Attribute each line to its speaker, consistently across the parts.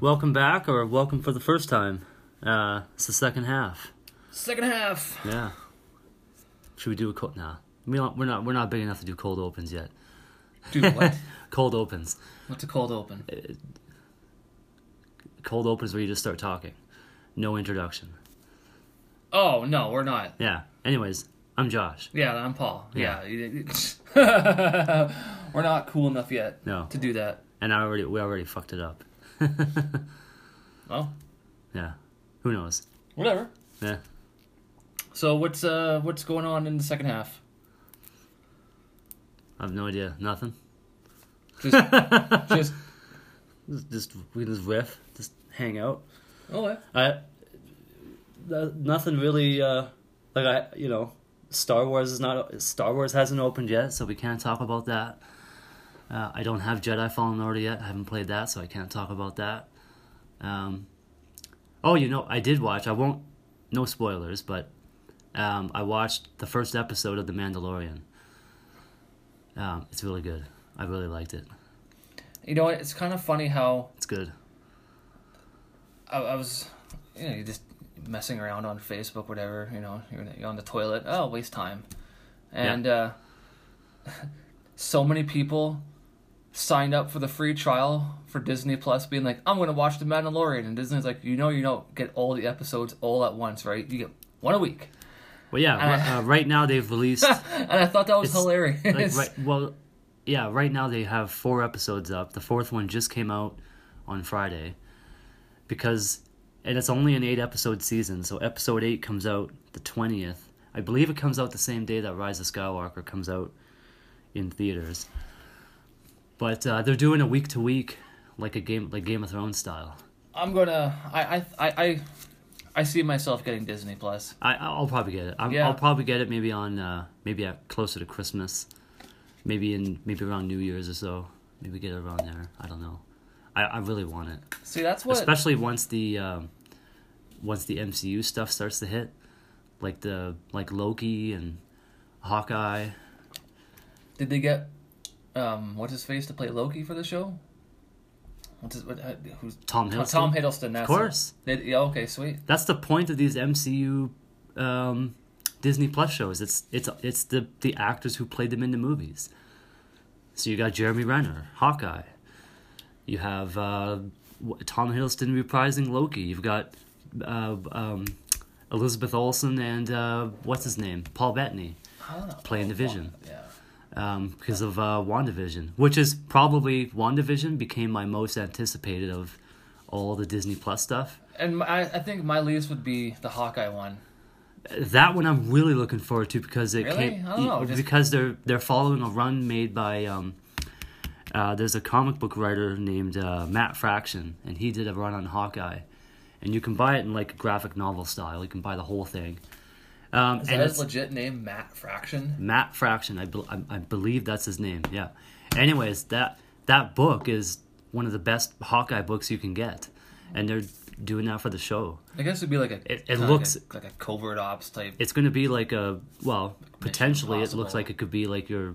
Speaker 1: Welcome back, or welcome for the first time. Uh, it's the second half.
Speaker 2: Second half.
Speaker 1: Yeah. Should we do a cold? Nah, we don't, we're not. We're not big enough to do cold opens yet.
Speaker 2: Dude, what?
Speaker 1: Cold opens.
Speaker 2: What's a cold open?
Speaker 1: Cold opens where you just start talking, no introduction.
Speaker 2: Oh no, we're not.
Speaker 1: Yeah. Anyways, I'm Josh.
Speaker 2: Yeah, I'm Paul. Yeah. we're not cool enough yet
Speaker 1: No.
Speaker 2: to do that.
Speaker 1: and I already we already fucked it up.
Speaker 2: Well,
Speaker 1: Yeah. Who knows?
Speaker 2: whatever.
Speaker 1: Yeah.
Speaker 2: So what's uh what's going on in the second half?
Speaker 1: I have no idea. Nothing.
Speaker 2: Just just
Speaker 1: Just, just we can just riff. Just hang out.
Speaker 2: oh yeah.
Speaker 1: I th- nothing really uh like I you know Star Wars is not Star Wars hasn't opened yet, so we can't talk about that. Uh, I don't have Jedi Fallen Order yet. I haven't played that, so I can't talk about that. Um, oh, you know, I did watch. I won't. No spoilers, but um, I watched the first episode of The Mandalorian. Um, it's really good. I really liked it.
Speaker 2: You know what? It's kind of funny how
Speaker 1: It's good.
Speaker 2: I, I was you know you're just messing around on Facebook whatever you know you're, you're on the toilet oh waste time, and uh, so many people signed up for the free trial for Disney Plus, being like, I'm gonna watch The Mandalorian, and Disney's like, you know, you don't get all the episodes all at once, right? You get one a week,
Speaker 1: Well, yeah. ri- uh, right now they've released.
Speaker 2: and I thought that was
Speaker 1: It's-
Speaker 2: hilarious.
Speaker 1: like right, well yeah right now they have four episodes up the fourth one just came out on friday because and it's only an eight episode season so episode eight comes out the 20th i believe it comes out the same day that rise of skywalker comes out in theaters but uh, they're doing a week to week like a game like game of thrones style
Speaker 2: I'm gonna, I, I, I, I, I see myself getting Disney Plus.
Speaker 1: I, I'll probably get it. I'm,
Speaker 2: Yeah.
Speaker 1: I'll probably get it maybe on uh, maybe at closer to Christmas, maybe in maybe around New Year's or so. Maybe get it around there. I don't know. I, I really want it,
Speaker 2: See, that's what.
Speaker 1: especially once the um, once the MCU stuff starts to hit, like the like Loki and Hawkeye.
Speaker 2: Did they get um what's his face to play Loki for the show? What's his, what, uh, who's
Speaker 1: Tom
Speaker 2: Tom,
Speaker 1: Hiddleston?
Speaker 2: Tom Hiddleston? That's
Speaker 1: Of course,
Speaker 2: It. They, yeah, okay, sweet.
Speaker 1: that's the point of these MCU um, Disney Plus shows. It's it's it's the the actors who played them in the movies. So you got Jeremy Renner, Hawkeye. You have uh, w- Tom Hiddleston reprising Loki. You've got uh, um, Elizabeth Olsen and uh, what's his name, Paul Bettany,
Speaker 2: I don't know.
Speaker 1: playing the Vision
Speaker 2: Yeah.
Speaker 1: um, because of uh, WandaVision, which is probably WandaVision became my most anticipated of all the Disney Plus stuff.
Speaker 2: And my, I, I think my least would be the Hawkeye one.
Speaker 1: That one I'm really looking forward to because it
Speaker 2: Really?
Speaker 1: came e-
Speaker 2: I don't know, just-
Speaker 1: because they're they're following a run made by um, uh, there's a comic book writer named uh, Matt Fraction and he did a run on Hawkeye, and you can buy it in like graphic novel style. You can buy the whole thing, um,
Speaker 2: Is
Speaker 1: and
Speaker 2: that his
Speaker 1: it's
Speaker 2: legit name, Matt Fraction?
Speaker 1: Matt Fraction. I, bel I I believe that's his name. Yeah. Anyways, that that book is one of the best Hawkeye books you can get, and they're doing that for the show.
Speaker 2: I guess it'd be like a.
Speaker 1: It- it
Speaker 2: kinda
Speaker 1: looks-
Speaker 2: like a, like a covert ops type.
Speaker 1: it's going to be like a well potentially it looks
Speaker 2: Impossible.
Speaker 1: like it could be like your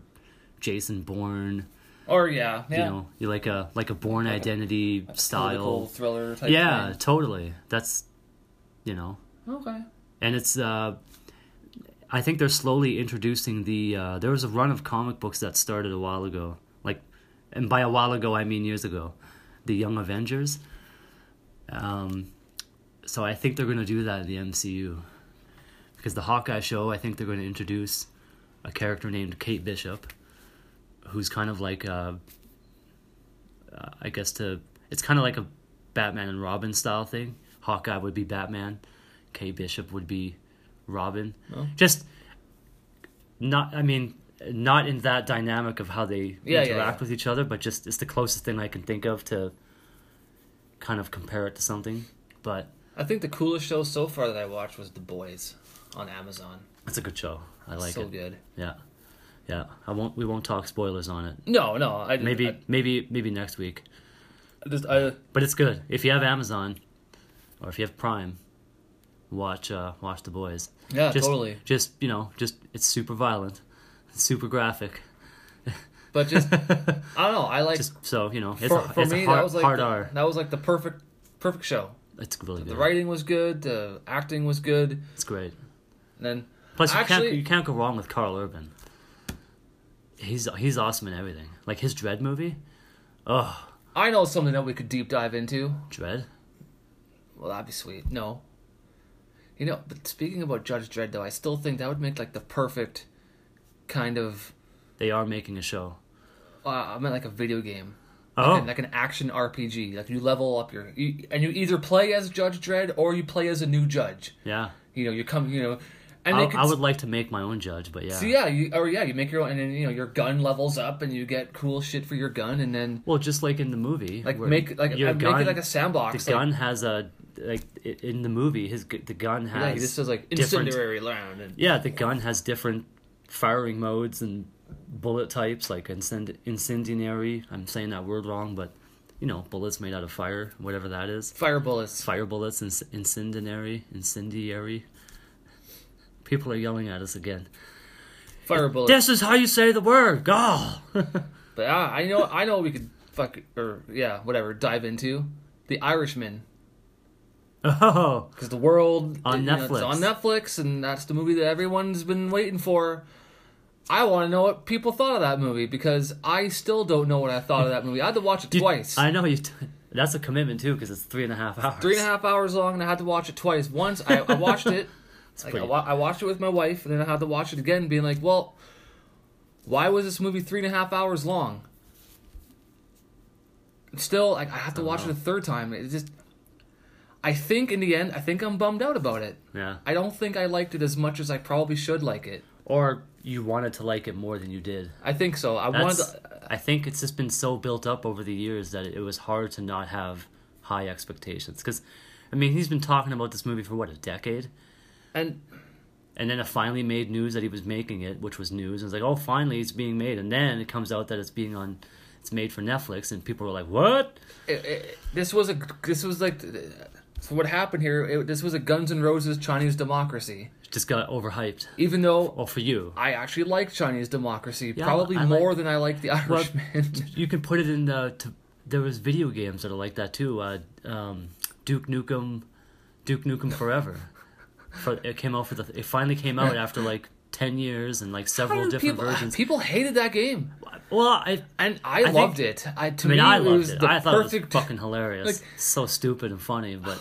Speaker 1: jason bourne
Speaker 2: or yeah, yeah.
Speaker 1: you know you like a like a born identity
Speaker 2: Political
Speaker 1: style
Speaker 2: thriller type.
Speaker 1: yeah totally that's you know
Speaker 2: Thing. Okay.
Speaker 1: and it's uh i think they're slowly introducing the uh there was a run of comic books that started a while ago like and by a while ago i mean years ago the young avengers um so i think they're going to do that in the mcu because the hawkeye show i think they're going to introduce a character named kate bishop who's kind of like uh uh, i guess to it's kind of like a batman and robin style thing hawkeye would be batman K Bishop would be Robin. Just not I mean not in that dynamic of how they
Speaker 2: Yeah, yeah,
Speaker 1: interact
Speaker 2: yeah.
Speaker 1: with each other, but just it's the closest thing I can think of to kind of compare it to something. But
Speaker 2: I think the coolest show so far that I watched was The Boys on Amazon.
Speaker 1: it's a good show. I like
Speaker 2: so
Speaker 1: it.
Speaker 2: good.
Speaker 1: Yeah. Yeah. I won't we won't talk spoilers on it.
Speaker 2: No, no. I
Speaker 1: Maybe
Speaker 2: I,
Speaker 1: maybe maybe next week.
Speaker 2: I just I.
Speaker 1: But it's good. If you have Amazon or if you have Prime, watch uh, watch the boys.
Speaker 2: Yeah,
Speaker 1: just,
Speaker 2: totally.
Speaker 1: Just you know, just it's super violent, super graphic.
Speaker 2: But just I don't know. I like
Speaker 1: Just so you know, it's
Speaker 2: for,
Speaker 1: a,
Speaker 2: for
Speaker 1: it's
Speaker 2: me
Speaker 1: a hard,
Speaker 2: that was like
Speaker 1: hard
Speaker 2: the,
Speaker 1: R.
Speaker 2: that was like the perfect perfect show.
Speaker 1: It's really
Speaker 2: The
Speaker 1: good.
Speaker 2: writing was good. The acting was good. And
Speaker 1: It's great.
Speaker 2: then
Speaker 1: Plus, you can't
Speaker 2: Actually-
Speaker 1: you can't go wrong with Carl Urban. He's he's awesome in everything. Like his Dread movie. Oh,
Speaker 2: I know something that we could deep dive into.
Speaker 1: Dread.
Speaker 2: Well, that'd be sweet. No. You know, but speaking about Judge Dredd, though, I still think that would make like the perfect kind of.
Speaker 1: They are making a show.
Speaker 2: Uh, I meant like a video game,
Speaker 1: Oh,
Speaker 2: And like an action RPG. Like you level up your, you, and you either play as Judge Dredd or you play as a new judge.
Speaker 1: yeah.
Speaker 2: You know, you come, you know, and
Speaker 1: I,
Speaker 2: they could
Speaker 1: I would like to make my own judge, but yeah.
Speaker 2: So yeah, you or yeah, you make your own, and then you know your gun levels up, and you get cool shit for your gun, and then
Speaker 1: Well, just like in the movie,
Speaker 2: like
Speaker 1: where
Speaker 2: make like
Speaker 1: your
Speaker 2: I make it like a
Speaker 1: the
Speaker 2: sandbox. like,
Speaker 1: gun has a like i- in the movie. His gu- the gun has
Speaker 2: yeah, he just says like
Speaker 1: different-
Speaker 2: incendiary round, and
Speaker 1: yeah, the gun has different firing modes and bullet types, like incend- incendiary. I'm saying that word wrong, but you know, bullets made out of fire, whatever that is.
Speaker 2: fire bullets.
Speaker 1: Fire bullets, inc- incendiary, incendiary. People are yelling at us again.
Speaker 2: Fire bullets.
Speaker 1: This is how you say the word. Go.
Speaker 2: But ah, I know, I know, we could fuck or yeah, whatever. Dive into the Irishman
Speaker 1: oh,
Speaker 2: because the world uh,
Speaker 1: On
Speaker 2: you know, it's
Speaker 1: Netflix.
Speaker 2: on Netflix, and that's the movie that everyone's been waiting for. I want to know what people thought of that movie because I still don't know what I thought of that movie. I had to watch it twice.
Speaker 1: I know you. T- that's a commitment too, because it's three and a half hours.
Speaker 2: three and a half hours long, and I had to watch it twice. Once I, I watched it, like, I,
Speaker 1: pretty-
Speaker 2: wa- I watched it with my wife, and then I had to watch it again, being like, "Well, why was this movie three and a half hours long?" And Still, like I have to watch it a third time. It just, I think in the end, I think I'm bummed out about it.
Speaker 1: Yeah.
Speaker 2: I don't think I liked it as much as I probably should like it.
Speaker 1: Or you wanted to like it more than you did.
Speaker 2: I think so. I wanted.
Speaker 1: That's,
Speaker 2: To, uh,
Speaker 1: I think it's just been so built up over the years that it was hard to not have high expectations. Because, I mean, he's been talking about this movie for what a decade,
Speaker 2: and
Speaker 1: and then it finally made news that he was making it, which was news. And it's like, oh, finally it's being made, and then it comes out that it's being on, it's made for Netflix, and people were like, what?
Speaker 2: it, it, this was a this was like so what happened here. It, this was a Guns N' Roses Chinese democracy.
Speaker 1: Just got overhyped.
Speaker 2: Even though
Speaker 1: Well, for you,
Speaker 2: I actually like Chinese democracy
Speaker 1: Yeah,
Speaker 2: probably
Speaker 1: I like-
Speaker 2: more than I like the Irishman.
Speaker 1: you can put it in the. To, there was video games that are like that too. Uh, um, Duke Nukem, Duke Nukem Forever. For, it came out for the. It finally came out after like ten years and like several different
Speaker 2: people,
Speaker 1: versions.
Speaker 2: people hated that game,
Speaker 1: Well, I.
Speaker 2: and I,
Speaker 1: think-
Speaker 2: loved it. I to
Speaker 1: I mean,
Speaker 2: me
Speaker 1: I
Speaker 2: it
Speaker 1: loved
Speaker 2: was
Speaker 1: it.
Speaker 2: the
Speaker 1: I thought
Speaker 2: perfect.
Speaker 1: it was fucking hilarious.
Speaker 2: like-
Speaker 1: so stupid and funny, but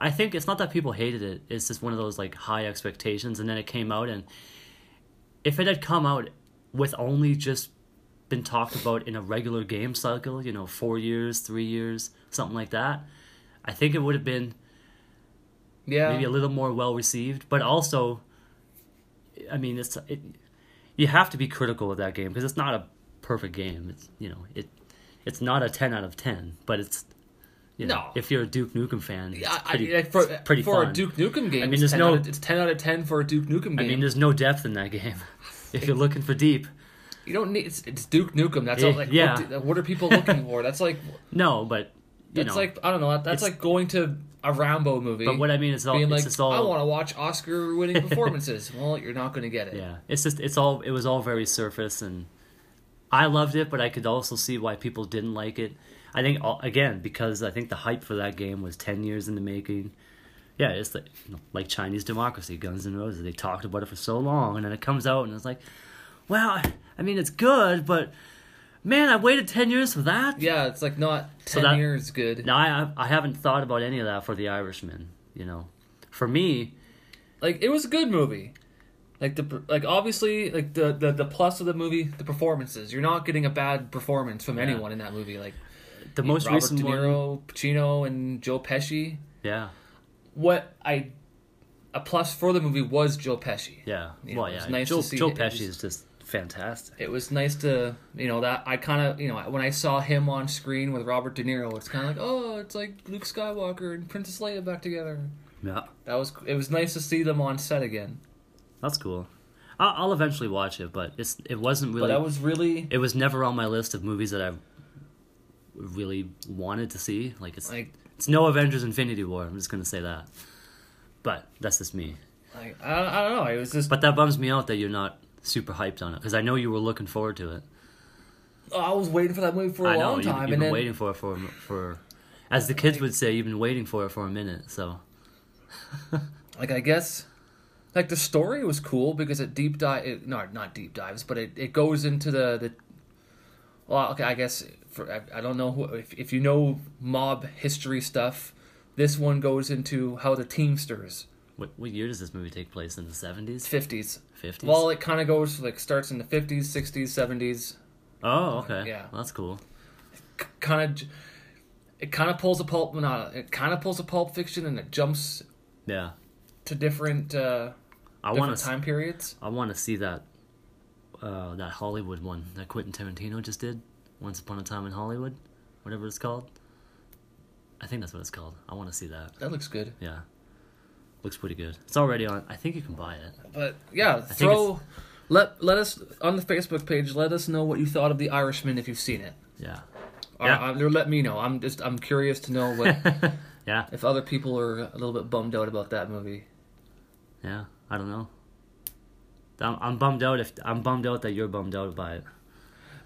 Speaker 1: I think it's not that people hated it. It's just one of those like high expectations, and then it came out, and if it had come out with only just been talked about in a regular game cycle, you know, four years, three years, something like that, I think it would have been
Speaker 2: yeah,
Speaker 1: maybe a little more well received. But also, I mean, it's it, you have to be critical of that game because it's not a perfect game. It's you know it it's not a ten out of ten, but it's you know
Speaker 2: No.
Speaker 1: if you're a Duke Nukem fan, it's
Speaker 2: I- I-
Speaker 1: pretty,
Speaker 2: like, for,
Speaker 1: it's pretty
Speaker 2: for
Speaker 1: fun.
Speaker 2: a Duke Nukem game.
Speaker 1: I mean,
Speaker 2: it's
Speaker 1: there's
Speaker 2: 10
Speaker 1: no-
Speaker 2: out of- it's ten out of ten for a Duke Nukem game.
Speaker 1: I mean, there's no depth in that game. If you're looking for deep,
Speaker 2: you don't need it's, it's Duke Nukem. That's
Speaker 1: Yeah,
Speaker 2: all, like
Speaker 1: Eh, yeah.
Speaker 2: what, do- what are people looking for? That's like
Speaker 1: no, but you
Speaker 2: that's
Speaker 1: know.
Speaker 2: like I don't know. That's
Speaker 1: it's-
Speaker 2: like going to a Rambo movie.
Speaker 1: but what I mean is all
Speaker 2: being
Speaker 1: it's
Speaker 2: like,
Speaker 1: just all
Speaker 2: I want to watch Oscar-winning performances. well, you're not going to get it.
Speaker 1: Yeah, it's just it's all it was all very surface, and I loved it, but I could also see why people didn't like it. I think all, again because I think the hype for that game was ten years in the making. Yeah, it's like you know, like Chinese democracy, Guns N' Roses. They talked about it for so long, and then it comes out, and it's like, well, I mean, it's good, but man, I waited ten years for that.
Speaker 2: Yeah, it's like not ten
Speaker 1: that-
Speaker 2: years good.
Speaker 1: Now I I haven't thought about any of that for The Irishman. You know, for me,
Speaker 2: like it was a good movie like the like obviously like the the, the plus of the movie the performances you're not getting a bad performance from anyone in that movie like
Speaker 1: the most
Speaker 2: Robert
Speaker 1: recent
Speaker 2: De
Speaker 1: one.
Speaker 2: Niro Pacino and Joe Pesci
Speaker 1: Yeah,
Speaker 2: what I a plus for the movie was Joe Pesci
Speaker 1: yeah.
Speaker 2: Yeah,
Speaker 1: well,
Speaker 2: it was
Speaker 1: yeah.
Speaker 2: nice to
Speaker 1: Joe,
Speaker 2: see
Speaker 1: Joe
Speaker 2: it. It
Speaker 1: Pesci
Speaker 2: was-
Speaker 1: is just fantastic.
Speaker 2: it was nice to you know that I kind of you know when I saw him on screen with Robert De Niro it's kind of like oh it's like Luke Skywalker and Princess Leia back together
Speaker 1: Yeah,
Speaker 2: that was it was nice to see them on set again
Speaker 1: that's cool. I'll, I'll eventually watch it, but it's it wasn't
Speaker 2: but
Speaker 1: really.
Speaker 2: that was really
Speaker 1: it was never on my list of movies that I really wanted to see. Like it's
Speaker 2: like
Speaker 1: it's no Avengers: Infinity War. I'm just gonna say that. But that's just me.
Speaker 2: Like I, don't- I don't know. It was just
Speaker 1: But that bums me out that you're not super hyped on it because I know you were looking forward to it.
Speaker 2: I was waiting for that movie for a
Speaker 1: I know
Speaker 2: long
Speaker 1: you,
Speaker 2: time,
Speaker 1: have been
Speaker 2: and then
Speaker 1: waiting for it for for, as the kids would say, you've been waiting for it for a minute. So
Speaker 2: like I guess like the story was cool because it deep dive it, no not deep dives but it, it goes into the the well okay I guess for I, I don't know who, if if you know mob history stuff this one goes into how the Teamsters
Speaker 1: what what year does this movie take place in the seventies,
Speaker 2: fifties
Speaker 1: fifties?
Speaker 2: well it kind of goes like starts in the fifties sixties seventies
Speaker 1: oh okay,
Speaker 2: yeah.
Speaker 1: Well, that's cool.
Speaker 2: kind of it kind of pulls a pulp not it kind of pulls a pulp fiction and it jumps
Speaker 1: Yeah,
Speaker 2: to different uh
Speaker 1: I
Speaker 2: different
Speaker 1: want to
Speaker 2: time periods
Speaker 1: I want to see that uh, that Hollywood one that Quentin Tarantino just did, Once Upon a Time in Hollywood, whatever it's called. I think that's what it's called. I want to see that.
Speaker 2: that looks good
Speaker 1: Yeah, looks pretty good. It's already on. I think you can buy it.
Speaker 2: But yeah,
Speaker 1: think
Speaker 2: throw. Let let us on the Facebook page. Let us know what you thought of The Irishman if you've seen it.
Speaker 1: Yeah,
Speaker 2: Or,
Speaker 1: Yeah.
Speaker 2: uh, or let me know. I'm just I'm curious to know what
Speaker 1: yeah,
Speaker 2: if other people are a little bit bummed out about that movie.
Speaker 1: yeah. I don't know. I'm, I'm bummed out if I'm bummed out that you're bummed out by it.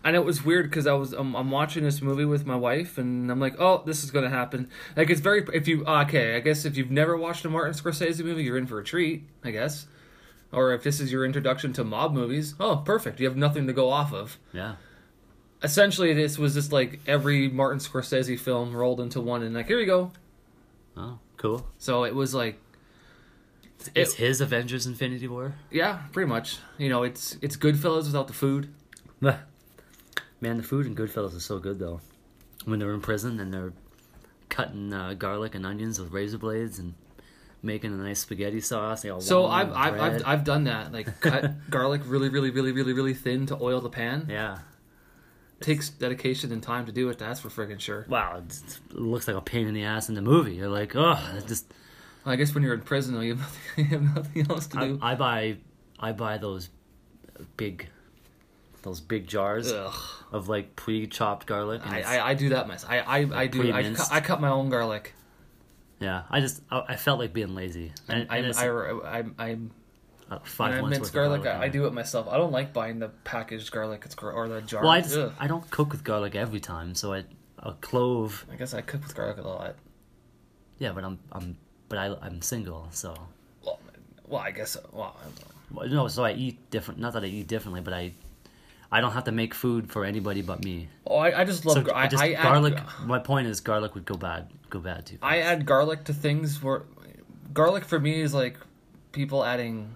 Speaker 2: And it was weird because I was um, I'm watching this movie with my wife and I'm like, oh, this is gonna happen. Like it's very if you uh, okay, I guess if you've never watched a Martin Scorsese movie, you're in for a treat, I guess. Or if this is your introduction to mob movies, oh, perfect. You have nothing to go off of.
Speaker 1: Yeah,
Speaker 2: essentially this was just like every Martin Scorsese film rolled into one and like here you go.
Speaker 1: oh, cool.
Speaker 2: So it was like
Speaker 1: It's his Avengers: Infinity War.
Speaker 2: yeah, pretty much. You know, it's it's Goodfellas without the food.
Speaker 1: Man, the food in Goodfellas is so good though. When they're in prison and they're cutting uh, garlic and onions with razor blades and making a nice spaghetti sauce. They all
Speaker 2: So
Speaker 1: warm
Speaker 2: I've
Speaker 1: with
Speaker 2: I've,
Speaker 1: bread.
Speaker 2: I've I've done that. Like cut garlic really really really really really thin to oil the pan.
Speaker 1: yeah.
Speaker 2: takes dedication and time to do it. That's for friggin' sure.
Speaker 1: Wow, it's- it's- it looks like a pain in the ass in the movie. You're like, oh, it just
Speaker 2: I guess when you're in prison, though, you have nothing, you have nothing else to
Speaker 1: I,
Speaker 2: do.
Speaker 1: I buy I buy those big those big jars
Speaker 2: Ugh.
Speaker 1: of like pre-chopped garlic. And
Speaker 2: I,
Speaker 1: it's-
Speaker 2: I, I do that myself. I I, I do. I,
Speaker 1: pre-minced.
Speaker 2: cut I cut my own garlic.
Speaker 1: yeah, I just I, I felt like being lazy. And,
Speaker 2: I
Speaker 1: and it's,
Speaker 2: I I, I
Speaker 1: uh, five
Speaker 2: When I
Speaker 1: months
Speaker 2: mince
Speaker 1: worth of
Speaker 2: garlic,
Speaker 1: garlic in
Speaker 2: I, I
Speaker 1: it.
Speaker 2: do it myself. I don't like buying the packaged garlic. It's gr- or the jar.
Speaker 1: Well, I just
Speaker 2: Ugh.
Speaker 1: I don't cook with garlic every time, so I a clove.
Speaker 2: I guess I cook with garlic a lot.
Speaker 1: Yeah, but I'm I'm but I I'm single, so
Speaker 2: Well, well, I guess. Well, I don't know.
Speaker 1: well, no, so I eat different. Not that I eat differently, but I I don't have to make food for anybody but me.
Speaker 2: oh, I, I just love.
Speaker 1: So
Speaker 2: gar-
Speaker 1: I just
Speaker 2: I,
Speaker 1: garlic.
Speaker 2: Add,
Speaker 1: my point is garlic would go bad go bad too.
Speaker 2: I add garlic to things where garlic for me is like people adding.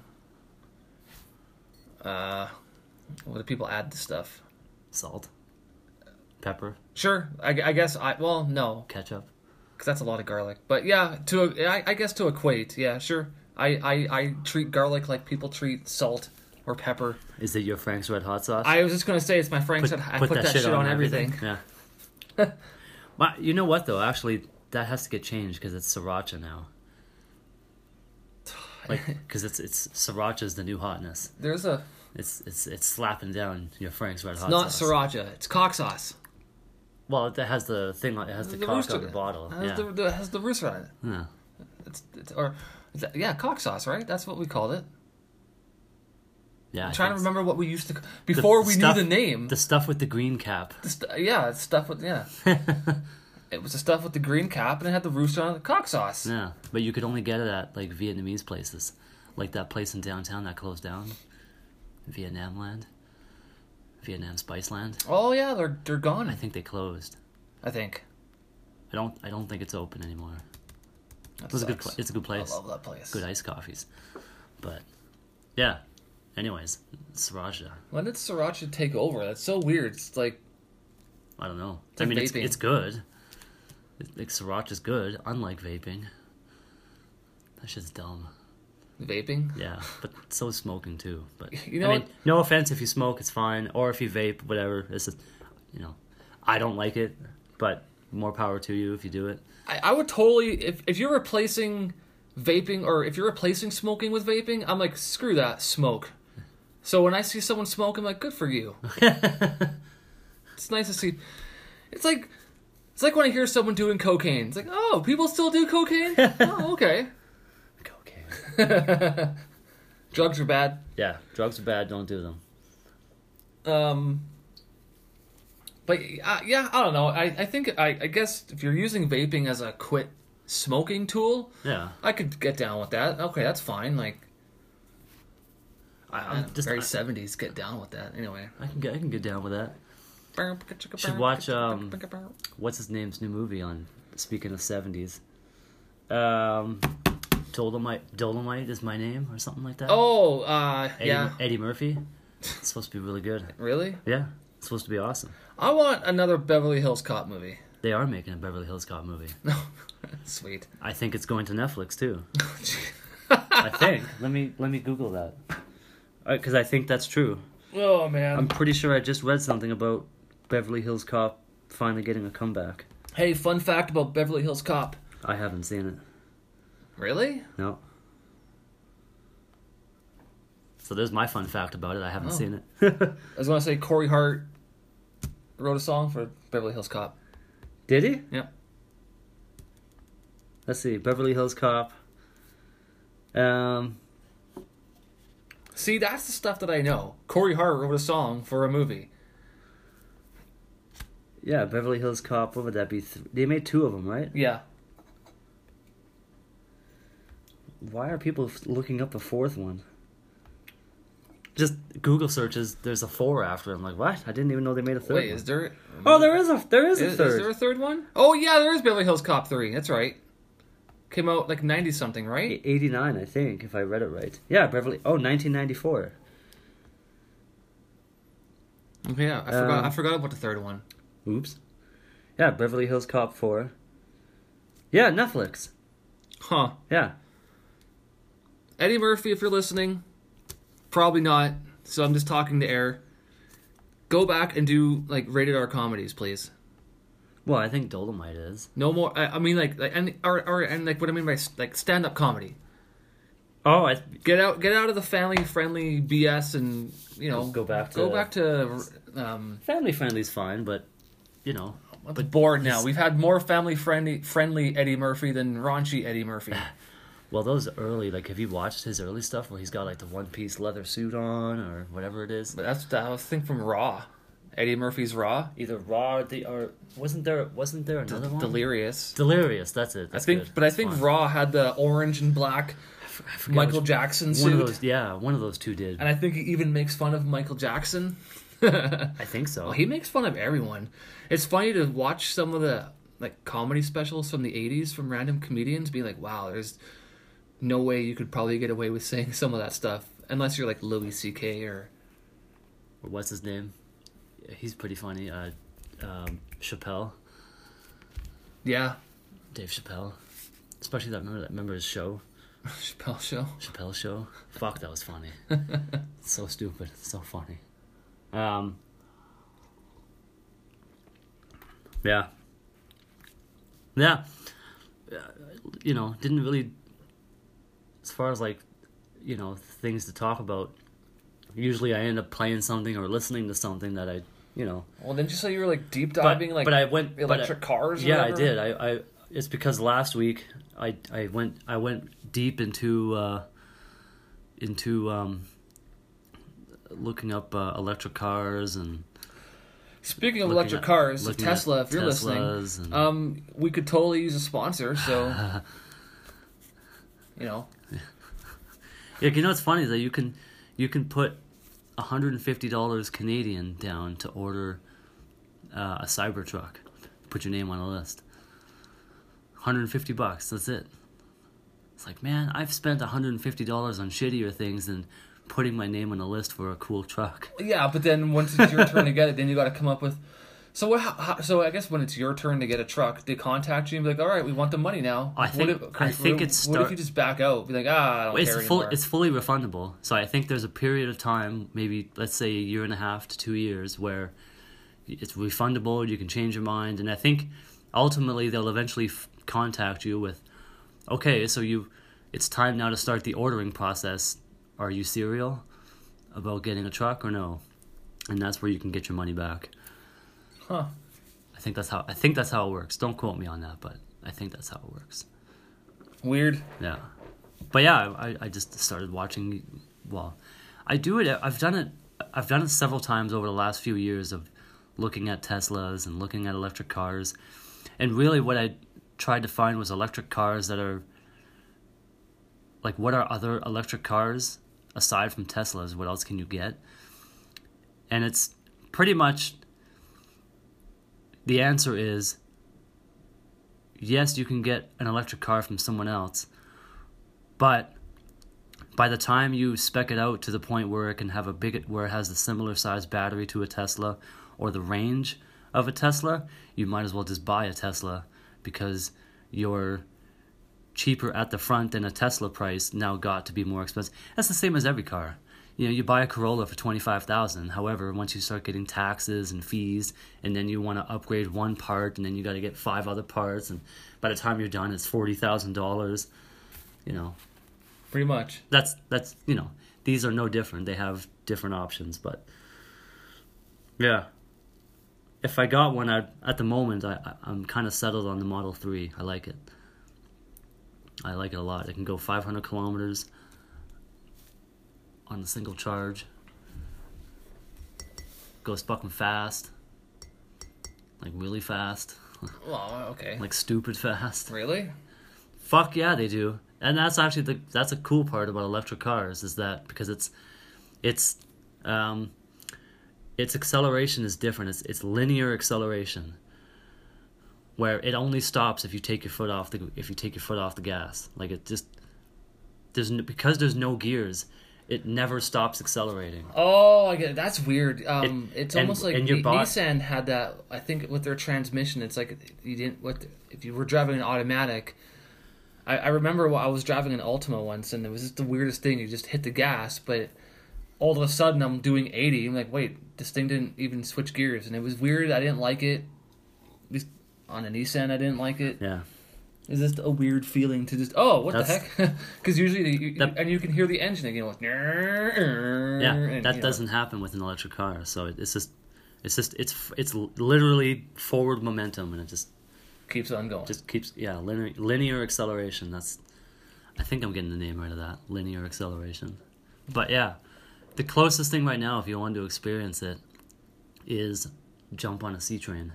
Speaker 2: Uh, what do people add to stuff?
Speaker 1: Salt, pepper,
Speaker 2: Sure, I, I guess I well no,
Speaker 1: ketchup.
Speaker 2: because that's a lot of garlic. But yeah, to I, I guess to equate, yeah, sure. I, I I treat garlic like people treat salt or pepper.
Speaker 1: Is it your Frank's Red Hot sauce?
Speaker 2: I was just gonna say it's my Frank's. Put, I put, that, shit, on everything.
Speaker 1: Yeah. well, you know what though? Actually, that has to get changed because it's sriracha now. Like, because it's it's sriracha's the new hotness.
Speaker 2: There's a
Speaker 1: It's it's it's slapping down your Frank's Red Hot.
Speaker 2: not
Speaker 1: sauce.
Speaker 2: sriracha. It's cock sauce.
Speaker 1: Well, it has the thing. on- It has the, cock
Speaker 2: rooster-
Speaker 1: on the bottle.
Speaker 2: It
Speaker 1: Yeah.
Speaker 2: has, the, the- it has the rooster on it.
Speaker 1: yeah.
Speaker 2: It's, it's or is that- yeah, cock sauce, right? That's what we called it.
Speaker 1: Yeah.
Speaker 2: I'm trying to remember what we used to before we knew the name.
Speaker 1: The stuff with the green cap.
Speaker 2: The st- yeah, it's stuff with yeah. it was the stuff with the green cap, and it had the rooster on it. Cock sauce.
Speaker 1: Yeah, but you could only get it at like Vietnamese places, like that place in downtown that closed down, Vietnam Land, Vietnam Spice Land.
Speaker 2: Oh yeah, they're they're gone.
Speaker 1: I think they closed.
Speaker 2: I think.
Speaker 1: I don't. I don't think it's open anymore.
Speaker 2: That
Speaker 1: It was a good.
Speaker 2: sucks.
Speaker 1: Pl- it's a good place.
Speaker 2: I love that place.
Speaker 1: Good iced coffees, but yeah. Anyways, sriracha.
Speaker 2: When did sriracha take over? That's so weird. It's like
Speaker 1: I don't know. I
Speaker 2: like
Speaker 1: mean, it's
Speaker 2: vaping.
Speaker 1: it's good. It's, like sriracha's good, unlike vaping. That shit's dumb.
Speaker 2: vaping.
Speaker 1: Yeah, but so is smoking too. But
Speaker 2: You know
Speaker 1: I mean,
Speaker 2: what?
Speaker 1: no offense if you smoke, it's fine, or if you vape, whatever. It's just, you know, I don't like it, but more power to you if you do it.
Speaker 2: I, I would totally if if you're replacing vaping or if you're replacing smoking with vaping, I'm like screw that smoke. So when I see someone smoke, I'm like good for you. it's nice to see. It's like it's like when I hear someone doing cocaine. It's like oh, people still do cocaine. oh, okay.
Speaker 1: Cocaine.
Speaker 2: Drugs are bad.
Speaker 1: Yeah, drugs are bad. Don't do them.
Speaker 2: Um, but uh, yeah, I don't know. I, I think I, I guess if you're using vaping as a quit smoking tool,
Speaker 1: Yeah,
Speaker 2: I could get down with that. Okay, that's fine. Like
Speaker 1: I,
Speaker 2: I'm
Speaker 1: I'm just
Speaker 2: Uh, very
Speaker 1: I,
Speaker 2: seventies get down with that. Anyway,
Speaker 1: I can get I can get down with that. Should watch, um, What's his name's new movie on? Speaking of seventies, um, Dolomite Dolomite is my name or something like that.
Speaker 2: Oh, uh,
Speaker 1: Eddie,
Speaker 2: yeah.
Speaker 1: Eddie Murphy. It's supposed to be really good.
Speaker 2: Really?
Speaker 1: Yeah, it's supposed to be awesome.
Speaker 2: I want another Beverly Hills Cop movie.
Speaker 1: They are making a Beverly Hills Cop movie.
Speaker 2: Sweet.
Speaker 1: I think it's going to Netflix too. I think. Let me let me Google that. Because I think that's true.
Speaker 2: oh man.
Speaker 1: I'm pretty sure I just read something about Beverly Hills Cop finally getting a comeback.
Speaker 2: Hey, fun fact about Beverly Hills Cop.
Speaker 1: I haven't seen it.
Speaker 2: Really?
Speaker 1: No. So there's my fun fact about it. I haven't
Speaker 2: Oh.
Speaker 1: seen it.
Speaker 2: I was gonna say Corey Hart wrote a song for Beverly Hills Cop.
Speaker 1: Did he?
Speaker 2: Yep.
Speaker 1: Let's see. Beverly Hills Cop. Um.
Speaker 2: See, that's the stuff that I know. Corey Hart wrote a song for a movie.
Speaker 1: Yeah, Beverly Hills Cop. What would that be? Th- They made two of them, right?
Speaker 2: Yeah.
Speaker 1: Why are people f- looking up the fourth one? Just Google searches. There's a four after. I'm like, what? I didn't even know they made a third.
Speaker 2: Wait,
Speaker 1: one.
Speaker 2: is there?
Speaker 1: oh, there is a there is,
Speaker 2: Is,
Speaker 1: a
Speaker 2: is
Speaker 1: third.
Speaker 2: there a third one? Oh yeah, there is Beverly Hills Cop three. That's right. Came out like ninety something, right?
Speaker 1: 89, I think, if I read it right. Yeah, Beverly. Oh, 1994.
Speaker 2: Yeah, I forgot.
Speaker 1: Um,
Speaker 2: I forgot about the third one.
Speaker 1: Oops. Yeah, Beverly Hills Cop 4. Yeah, Netflix.
Speaker 2: Huh.
Speaker 1: Yeah.
Speaker 2: Eddie Murphy, if you're listening, probably not. So I'm just talking to air. Go back and do like rated R comedies, please.
Speaker 1: Well, I think Dolomite is.
Speaker 2: No more. I, I mean, like, like and or, or and like what I mean by like stand up comedy.
Speaker 1: Oh, I
Speaker 2: Get out, get out of the family friendly BS, and you know,
Speaker 1: Go back to-
Speaker 2: go back to. Um,
Speaker 1: family friendly's fine, but you know,
Speaker 2: but bored now. We've had more family friendly friendly Eddie Murphy than raunchy Eddie Murphy.
Speaker 1: well, those early like have you watched his early stuff where he's got like the one piece leather suit on or whatever it is?
Speaker 2: but that's the whole thing from Raw. Eddie Murphy's Raw,
Speaker 1: Either raw or the or wasn't there wasn't there another one?
Speaker 2: Delirious.
Speaker 1: Delirious, that's it.
Speaker 2: I
Speaker 1: That's
Speaker 2: think,
Speaker 1: good.
Speaker 2: but I
Speaker 1: That's
Speaker 2: think
Speaker 1: fine.
Speaker 2: Raw had the orange and black
Speaker 1: I forget
Speaker 2: Michael
Speaker 1: which-
Speaker 2: Jackson
Speaker 1: one of
Speaker 2: suit,
Speaker 1: those yeah, one of those two did.
Speaker 2: and I think he even makes fun of Michael Jackson. well,
Speaker 1: I think so.
Speaker 2: Oh, he makes fun of everyone. It's funny to watch some of the like comedy specials from the '80s from random comedians, be like, "Wow, there's no way you could probably get away with saying some of that stuff unless you're like Louis C.K. or."
Speaker 1: what's his name? He's pretty funny. Uh, um, Chappelle,
Speaker 2: Yeah,
Speaker 1: Dave Chappelle, especially that remember that remember his show,
Speaker 2: Chappelle Show.
Speaker 1: Chappelle Show. Fuck, that was funny. so stupid, so funny. Um. Yeah. Yeah. Uh, You know, didn't really. As far as like, you know, things to talk about. Usually, I end up playing something or listening to something that I, you know,
Speaker 2: Well, didn't you say you were like deep diving Uh, like
Speaker 1: but I went but I-
Speaker 2: electric cars? Or
Speaker 1: yeah, I
Speaker 2: whatever?
Speaker 1: did. I, I it's because last week I I went I went deep into uh, into um, looking up uh, electric cars and
Speaker 2: Speaking of
Speaker 1: looking
Speaker 2: electric
Speaker 1: at-
Speaker 2: cars,
Speaker 1: looking at
Speaker 2: Tesla. If you're
Speaker 1: Teslas
Speaker 2: listening,
Speaker 1: and-
Speaker 2: um, we could totally use a sponsor. So, you know,
Speaker 1: like, you know what's funny is that you can you can put hundred and fifty dollars Canadian down to order uh, a Cybertruck. Put your name on a list. Hundred and fifty bucks. That's it. It's like, man, I've spent hundred and fifty dollars on shittier things than putting my name on a list for a cool truck.
Speaker 2: yeah. But then once it's your turn to get it, then you got to come up with. So what? How, how, so I guess when it's your turn to get a truck, they contact you and be like, "All right, we want the money now."
Speaker 1: I think-
Speaker 2: What if,
Speaker 1: I think
Speaker 2: what,
Speaker 1: it's
Speaker 2: What if
Speaker 1: start-
Speaker 2: you just back out? Be like, "Ah, I don't
Speaker 1: It's
Speaker 2: care
Speaker 1: full.
Speaker 2: anymore."
Speaker 1: It's fully refundable. So I think there's a period of time, maybe let's say a year and a half to two years, where it's refundable. You can change your mind, and I think ultimately they'll eventually f- contact you with, okay, so you, it's time now to start the ordering process. Are you serial about getting a truck or no? And that's where you can get your money back.
Speaker 2: Huh.
Speaker 1: I think that's how. I think that's how it works. Don't quote me on that, but I think that's how it works.
Speaker 2: Weird.
Speaker 1: Yeah. but yeah, I, I just started watching. Well, I do it. I've done it. I've done it several times over the last few years of looking at Teslas and looking at electric cars, and really what I tried to find was electric cars that are like what are other electric cars aside from Teslas? What else can you get? And it's pretty much the answer is yes, you can get an electric car from someone else, but by the time you spec it out to the point where it can have a big where it has a similar size battery to a Tesla or the range of a Tesla, you might as well just buy a Tesla because you're cheaper at the front than a Tesla price now got to be more expensive. That's the same as every car. You know, you buy a Corolla for 25,000. However, once you start getting taxes and fees and then you want to upgrade one part and then you got to get five other parts and by the time you're done it's $40,000, you know.
Speaker 2: Pretty much.
Speaker 1: That's that's, you know, these are no different. They have different options, but yeah. If I got one, I at the moment I I'm kind of settled on the Model 3. I like it. I like it a lot. It can go 500 kilometers on a single charge. Goes fucking fast. Like really fast.
Speaker 2: Well, okay.
Speaker 1: Like stupid fast.
Speaker 2: Really?
Speaker 1: Fuck yeah, they do. And that's actually the that's a cool part about electric cars is that because it's it's um its acceleration is different. It's it's linear acceleration where it only stops if you take your foot off the if you take your foot off the gas. Like it just there's no, because there's no gears, it never stops accelerating.
Speaker 2: Oh, I get it. that's weird. Um, it, it's and, almost like N- bot- Nissan had that. I think with their transmission, it's like you didn't what if you were driving an automatic. I, I remember I was driving an Altima once, and it was just the weirdest thing. You just hit the gas, but all of a sudden I'm doing 80. I'm like, wait, this thing didn't even switch gears, and it was weird. I didn't like it on a Nissan. I didn't like it.
Speaker 1: Yeah.
Speaker 2: It's just a weird feeling to just oh what That's, the heck because usually you, that, and you can hear the engine again with yeah
Speaker 1: and, that doesn't know. happen with an electric car so it's just it's just it's it's literally forward momentum and it just
Speaker 2: keeps on going
Speaker 1: just keeps yeah linear linear acceleration that's I think I'm getting the name right of that linear acceleration but yeah the closest thing right now if you want to experience it is jump on a C train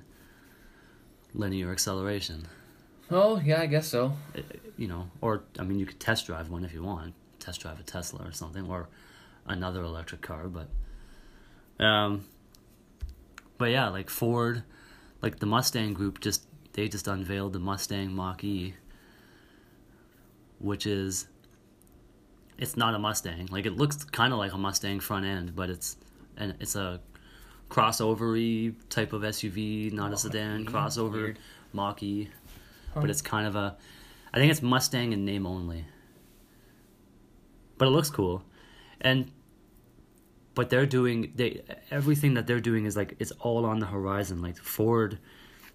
Speaker 1: linear acceleration.
Speaker 2: Oh yeah, I guess so.
Speaker 1: You know, or I mean, you could test drive one if you want. Test drive a Tesla or something, or another electric car. But, um, but yeah, like Ford, like the Mustang Group, just they just unveiled the Mustang Mach E, which is. It's not a Mustang. Like it looks kind of like a Mustang front end, but it's and it's a crossovery type of SUV, not a sedan, crossover, mach huh. But it's kind of a, I think it's Mustang in name only. But it looks cool, and but they're doing they everything that they're doing is like it's all on the horizon. Like Ford,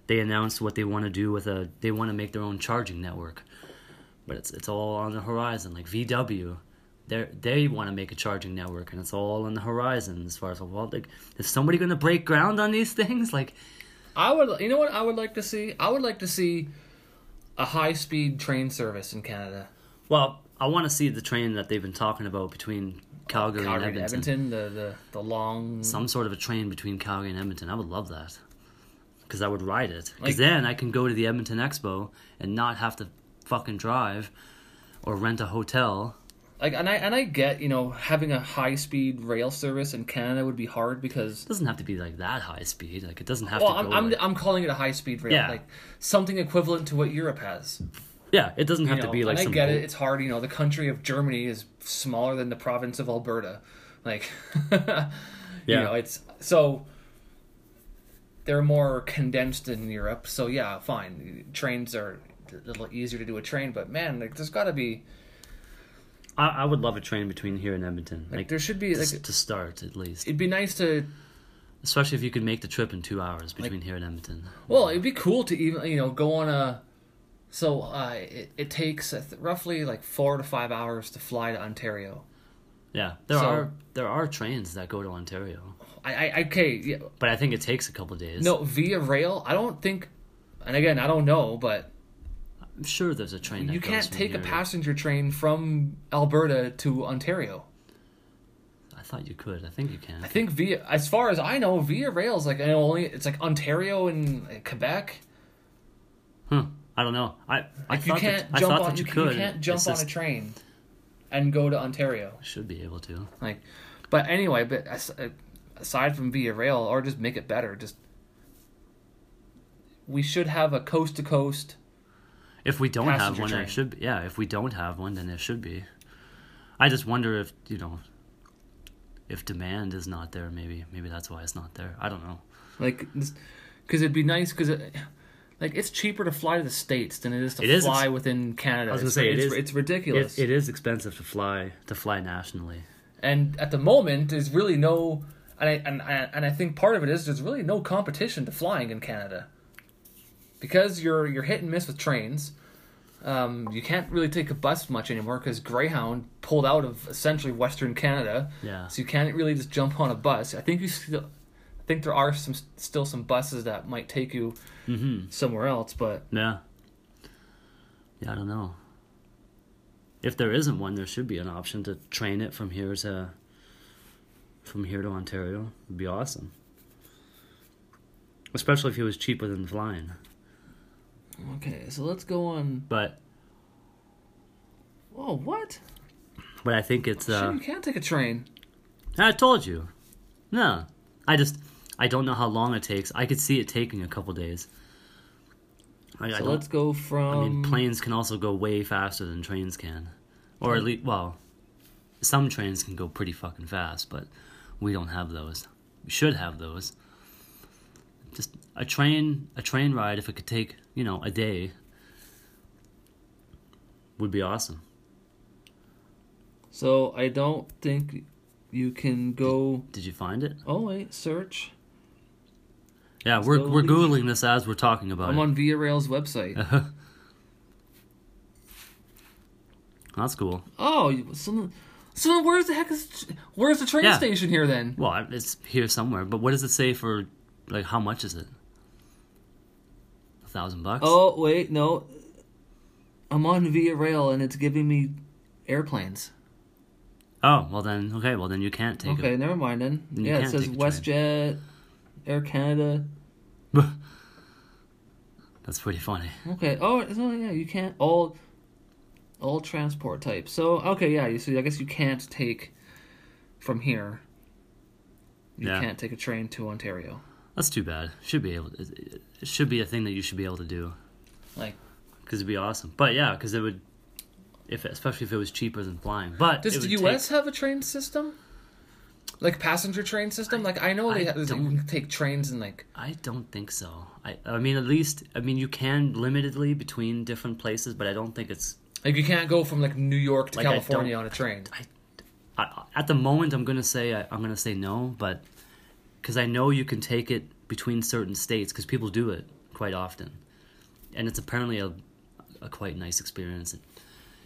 Speaker 1: they announced what they want to do with a they want to make their own charging network, but it's it's all on the horizon. Like VW, they they want to make a charging network and it's all on the horizon as far as well like is somebody going to break ground on these things like
Speaker 2: i would you know what i would like to see i would like to see a high speed train service in canada
Speaker 1: well i want to see the train that they've been talking about between calgary, calgary and edmonton,
Speaker 2: and edmonton the, the, the long
Speaker 1: some sort of a train between calgary and edmonton i would love that because i would ride it because like, then i can go to the edmonton expo and not have to fucking drive or rent a hotel
Speaker 2: like and I and I get you know having a high speed rail service in Canada would be hard because
Speaker 1: it doesn't have to be like that high speed like it doesn't have well, to.
Speaker 2: Well, I'm
Speaker 1: like,
Speaker 2: I'm calling it a high speed rail,
Speaker 1: yeah.
Speaker 2: like something equivalent to what Europe has.
Speaker 1: Yeah, it doesn't have
Speaker 2: you know,
Speaker 1: to be like.
Speaker 2: I get cool. it; it's hard. You know, the country of Germany is smaller than the province of Alberta, like, yeah. you know, it's so they're more condensed in Europe. So yeah, fine, trains are a little easier to do a train, but man, like, there's got to be.
Speaker 1: I, would love a train between here and Edmonton.
Speaker 2: Like, like there should be
Speaker 1: to,
Speaker 2: like
Speaker 1: to start at least.
Speaker 2: It'd be nice to,
Speaker 1: especially if you could make the trip in two hours between like, here and Edmonton.
Speaker 2: Well, it'd be cool to even you know go on a. So uh, it it takes uh, roughly like four to five hours to fly to Ontario.
Speaker 1: Yeah, there so, are there are trains that go to Ontario.
Speaker 2: I, I okay, yeah.
Speaker 1: but I think it takes a couple days.
Speaker 2: No, via rail. I don't think, and again, I don't know, but
Speaker 1: I'm sure there's a train. That
Speaker 2: you
Speaker 1: goes
Speaker 2: can't
Speaker 1: from
Speaker 2: take a
Speaker 1: here.
Speaker 2: passenger train from Alberta to Ontario.
Speaker 1: I thought you could. I think you can.
Speaker 2: I think via, as far as I know, via rails like I know only it's like Ontario and uh, Quebec.
Speaker 1: Huh. I don't know. I I
Speaker 2: Like you
Speaker 1: thought
Speaker 2: can't
Speaker 1: that, I
Speaker 2: jump
Speaker 1: thought
Speaker 2: on
Speaker 1: that you
Speaker 2: you,
Speaker 1: could.
Speaker 2: you can't
Speaker 1: It's
Speaker 2: jump on
Speaker 1: just-
Speaker 2: a train and go to Ontario.
Speaker 1: Should be able to.
Speaker 2: Like, but anyway, but as- uh, aside from via rail, or just make it better. Just we should have a coast to coast.
Speaker 1: If we don't have
Speaker 2: Passenger
Speaker 1: one,
Speaker 2: train.
Speaker 1: there should be. Yeah, if we don't have one, then there should be. I just wonder if you know, if demand is not there. Maybe maybe that's why it's not there. I don't know.
Speaker 2: Like, because it'd be nice. Because it, like it's cheaper to fly to the states than it is to
Speaker 1: It is
Speaker 2: fly
Speaker 1: ex-
Speaker 2: within Canada.
Speaker 1: I was gonna
Speaker 2: it's,
Speaker 1: say, it
Speaker 2: it's,
Speaker 1: is-
Speaker 2: it's ridiculous.
Speaker 1: it is expensive to fly to fly nationally.
Speaker 2: and at the moment, there's really no. And I, and, I, and I think part of it is there's really no competition to flying in Canada, because you're you're hit and miss with trains. Um, you can't really take a bus much anymore because Greyhound pulled out of essentially Western Canada.
Speaker 1: Yeah.
Speaker 2: So you can't really just jump on a bus. I think you still, I think there are some still some buses that might take you
Speaker 1: Mm-hmm.
Speaker 2: somewhere else, but
Speaker 1: Yeah. Yeah, I don't know. If there isn't one, there should be an option to train it from here to from here to Ontario. It'd be awesome. Especially if it was cheaper than flying.
Speaker 2: okay. So let's go on.
Speaker 1: But
Speaker 2: Oh, what?
Speaker 1: but I think it's
Speaker 2: Shit,
Speaker 1: uh
Speaker 2: you can't take a train.
Speaker 1: I told you. No. I just I don't know how long it takes. I could see it taking a couple days. I, I
Speaker 2: So
Speaker 1: don't-
Speaker 2: let's go from.
Speaker 1: I mean, planes can also go way faster than trains can, or
Speaker 2: Oh.
Speaker 1: at least, well, some trains can go pretty fucking fast, but we don't have those. We should have those. Just a train, a train ride, if it could take you know a day, would be awesome.
Speaker 2: So I don't think you can go.
Speaker 1: Did you find it?
Speaker 2: Oh wait, search.
Speaker 1: Yeah, we're we're
Speaker 2: Slowly.
Speaker 1: googling this as we're talking about
Speaker 2: I'm
Speaker 1: it.
Speaker 2: on Via Rail's website.
Speaker 1: Uh-huh. That's cool.
Speaker 2: Oh, you- so then- so then where's the heck is where's the train
Speaker 1: Yeah.
Speaker 2: station here then?
Speaker 1: Well, I- it's here somewhere, but what does it say for like how much is it? A thousand bucks.
Speaker 2: Oh wait, no. I'm on Via Rail and it's giving me airplanes.
Speaker 1: Oh, well then, okay, well then you can't take
Speaker 2: Okay,
Speaker 1: it.
Speaker 2: never mind then.
Speaker 1: You
Speaker 2: yeah, it
Speaker 1: can't
Speaker 2: says
Speaker 1: take a train.
Speaker 2: WestJet, Air Canada.
Speaker 1: That's pretty funny.
Speaker 2: Okay. Oh, so yeah, you can't all all transport types. So okay, yeah. You see, I guess you can't take from here. You
Speaker 1: Yeah.
Speaker 2: can't take a train to Ontario.
Speaker 1: That's too bad. Should be able. It, it should be a thing that you should be able to do
Speaker 2: Like
Speaker 1: because it'd be awesome. But yeah, because it would, if especially if it was cheaper than flying. But
Speaker 2: Does
Speaker 1: it
Speaker 2: the
Speaker 1: would
Speaker 2: U.S.
Speaker 1: take-
Speaker 2: have a train system? Like passenger train system? Like I know
Speaker 1: I
Speaker 2: they have, you
Speaker 1: don't-
Speaker 2: can take trains and like
Speaker 1: I don't think so. I I mean at least I mean you can limitedly between different places, but I don't think it's.
Speaker 2: like you can't go from like New York to
Speaker 1: Like, I
Speaker 2: California
Speaker 1: don't-
Speaker 2: on a train.
Speaker 1: I, I at the moment I'm gonna say I, I'm gonna say no, but because I know you can take it between certain states because people do it quite often, and it's apparently a a quite nice experience. And